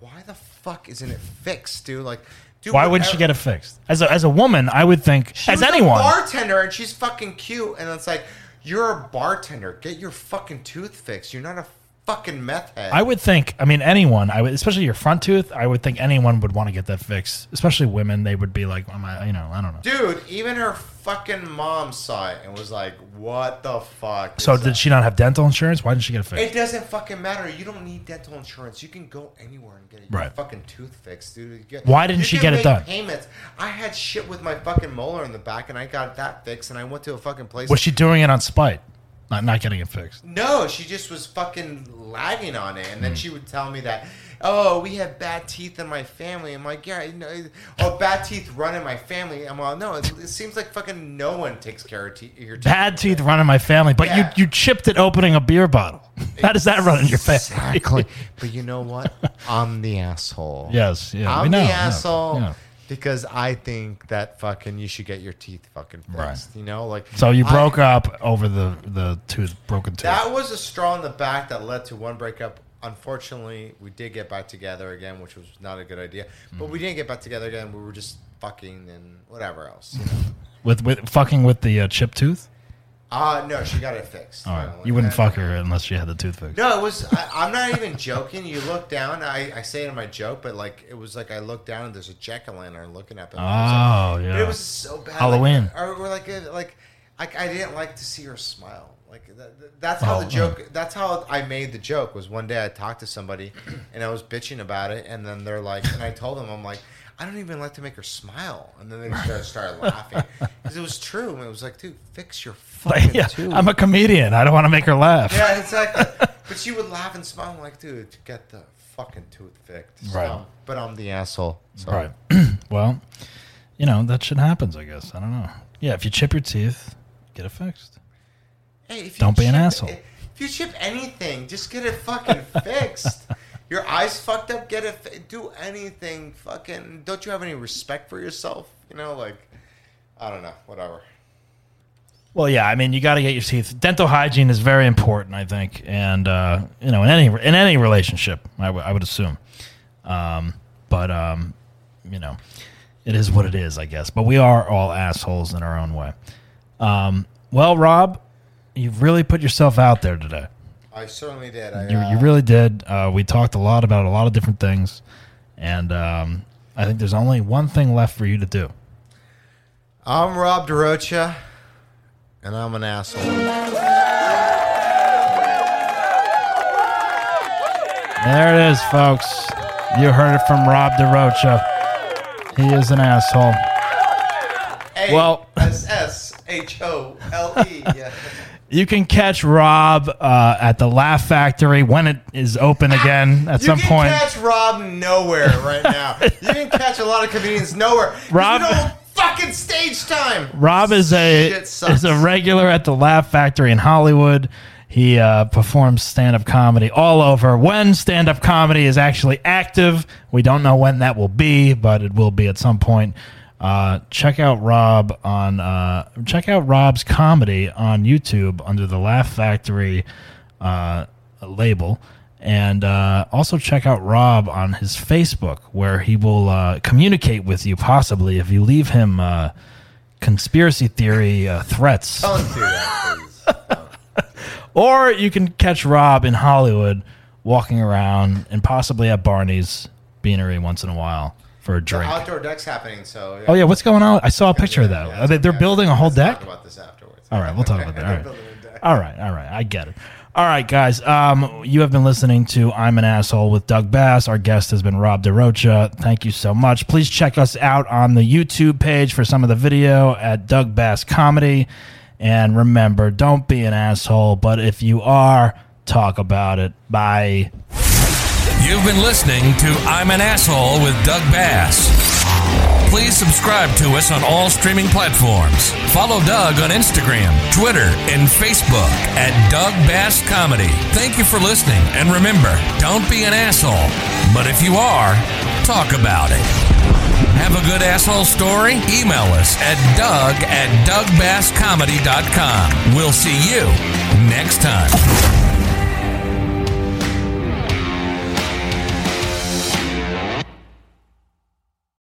why the fuck isn't it fixed, dude? Like. Dude, Why wouldn't she get it fixed? As a, as a woman, I would think she as was anyone. a bartender and she's fucking cute and it's like you're a bartender get your fucking tooth fixed you're not a fucking meth head I would think. I mean, anyone. I would, especially your front tooth. I would think anyone would want to get that fixed. Especially women. They would be like, "Am I?" You know, I don't know. dude even her fucking mom saw it and was like what the fuck so is did that?" she not have dental insurance? Why didn't she get it fixed? it doesn't fucking matter you don't need dental insurance you can go anywhere and get your Right. fucking tooth fixed dude You get- Why didn't you she get can it make done? payments i had shit with my fucking molar in the back and i got that fixed and i went to a fucking place Was she doing it on spite? Not not getting it fixed. Hmm. No, she just was fucking lagging on it, and then she would tell me that oh, we have bad teeth in my family. I'm like, yeah, you know, oh, bad teeth run in my family. I'm like, no, it, it seems like fucking no one takes care of te- your teeth. Bad teeth run in my family, but Yeah. you you chipped it opening a beer bottle. <laughs> How does that run in your family? Exactly. but you know what? I'm the asshole. <laughs> Yes, <laughs> yeah, we I'm know, the yeah, asshole yeah. because I think that fucking you should get your teeth fucking fixed. Right. You know, like So you I- broke up over the the tooth broken tooth. That was a straw in the back that led to one breakup. Unfortunately, we did get back together again, which was not a good idea. Mm-hmm. But we didn't get back together again. We were just fucking and whatever else. <laughs> You know? with with fucking with the uh, chip tooth. uh, no, she got it fixed. All right, finally. you wouldn't And- fuck her unless she had the tooth fixed. No, it was. I, I'm not even joking. You look down. I, I say it in my joke, but like it was like I look down and there's a jack o' lantern looking up. And I was Oh like, yeah. but it was so bad. like- Halloween. or, or like uh, like I, I didn't like to see her smile. Like that, that's how Oh, the joke. That's how I made the joke. Was one day I talked to somebody <clears throat> and I was bitching about it, and then they're like, and I told them I'm like. I don't even like to make her smile, and then they just <laughs> started laughing because it was true. And it was like, dude, fix your fucking Like, yeah, tooth. I'm a comedian. I don't want to make her laugh. Yeah, exactly. but she would laugh and smile. I'm like, dude, get the fucking tooth fixed. So, Right. But I'm the asshole. So. Right. <clears throat> well, you know that shit happens. I guess I don't know. Yeah, if you chip your teeth, get it fixed. Hey, if you Don't be an chip- asshole. If you chip anything, just get <laughs> it fucking fixed. Your eyes fucked up. Get it. Fi- do anything. Fucking. Don't you have any respect for yourself? You know, like, I don't know. Whatever. Well, yeah, I mean, you got to get your teeth. Dental hygiene is very important, I think, and uh, you know, in any in any relationship, I would- I would assume. Um, but um, you know, it is what it is, I guess. But we are all assholes in our own way. Um, well, Rob, you've really put yourself out there today. I certainly did. I, You, uh, you really did. Uh, we talked a lot about a lot of different things, and um, I think there's only one thing left for you to do. I'm Rob DeRocha, and I'm an asshole. There it is, folks. You heard it from Rob DeRocha. He is an asshole. Well- S S H O L E. <laughs> Yeah. You can catch Rob uh, at the Laugh Factory when it is open again at You some can point. catch Rob nowhere right <laughs> now. you can catch a lot of comedians nowhere. 'Cause Rob- you don't fucking stage time. Rob is a Shit sucks. is a regular at the Laugh Factory in Hollywood. He uh, performs stand up comedy all over. When stand up comedy is actually active, we don't know when that will be, but it will be at some point. Uh, check out Rob on uh, check out Rob's comedy on YouTube under the Laugh Factory uh, label. And uh, also check out Rob on his Facebook, where he will uh, communicate with you possibly if you leave him uh, conspiracy theory uh, threats. Don't do that, please. Or you can catch Rob in Hollywood walking around and possibly at Barney's Beanery once in a while for a drink. Outdoor deck's happening, so. Oh, yeah, what's going on? I saw a picture of that. yeah, Are they- They're yeah. building a whole Let's deck? Talk about this afterwards. All right, we'll talk about that. <laughs> All right. Building a deck. All right, all right. I get it. All right, guys. Um, you have been listening to I'm an Asshole with Doug Bass. Our guest has been Rob DeRocha. Thank you so much. Please check us out on the YouTube page for some of the video at Doug Bass Comedy. And remember, don't be an asshole, but if you are, talk about it. Bye. You've been listening to I'm an Asshole with Doug Bass. Please subscribe to us on all streaming platforms. Follow Doug on Instagram, Twitter, and Facebook at Doug Bass Comedy. Thank you for listening, and remember don't be an asshole, but if you are, talk about it. Have a good asshole story? Email us at doug at dougbasscomedy.com. We'll see you next time.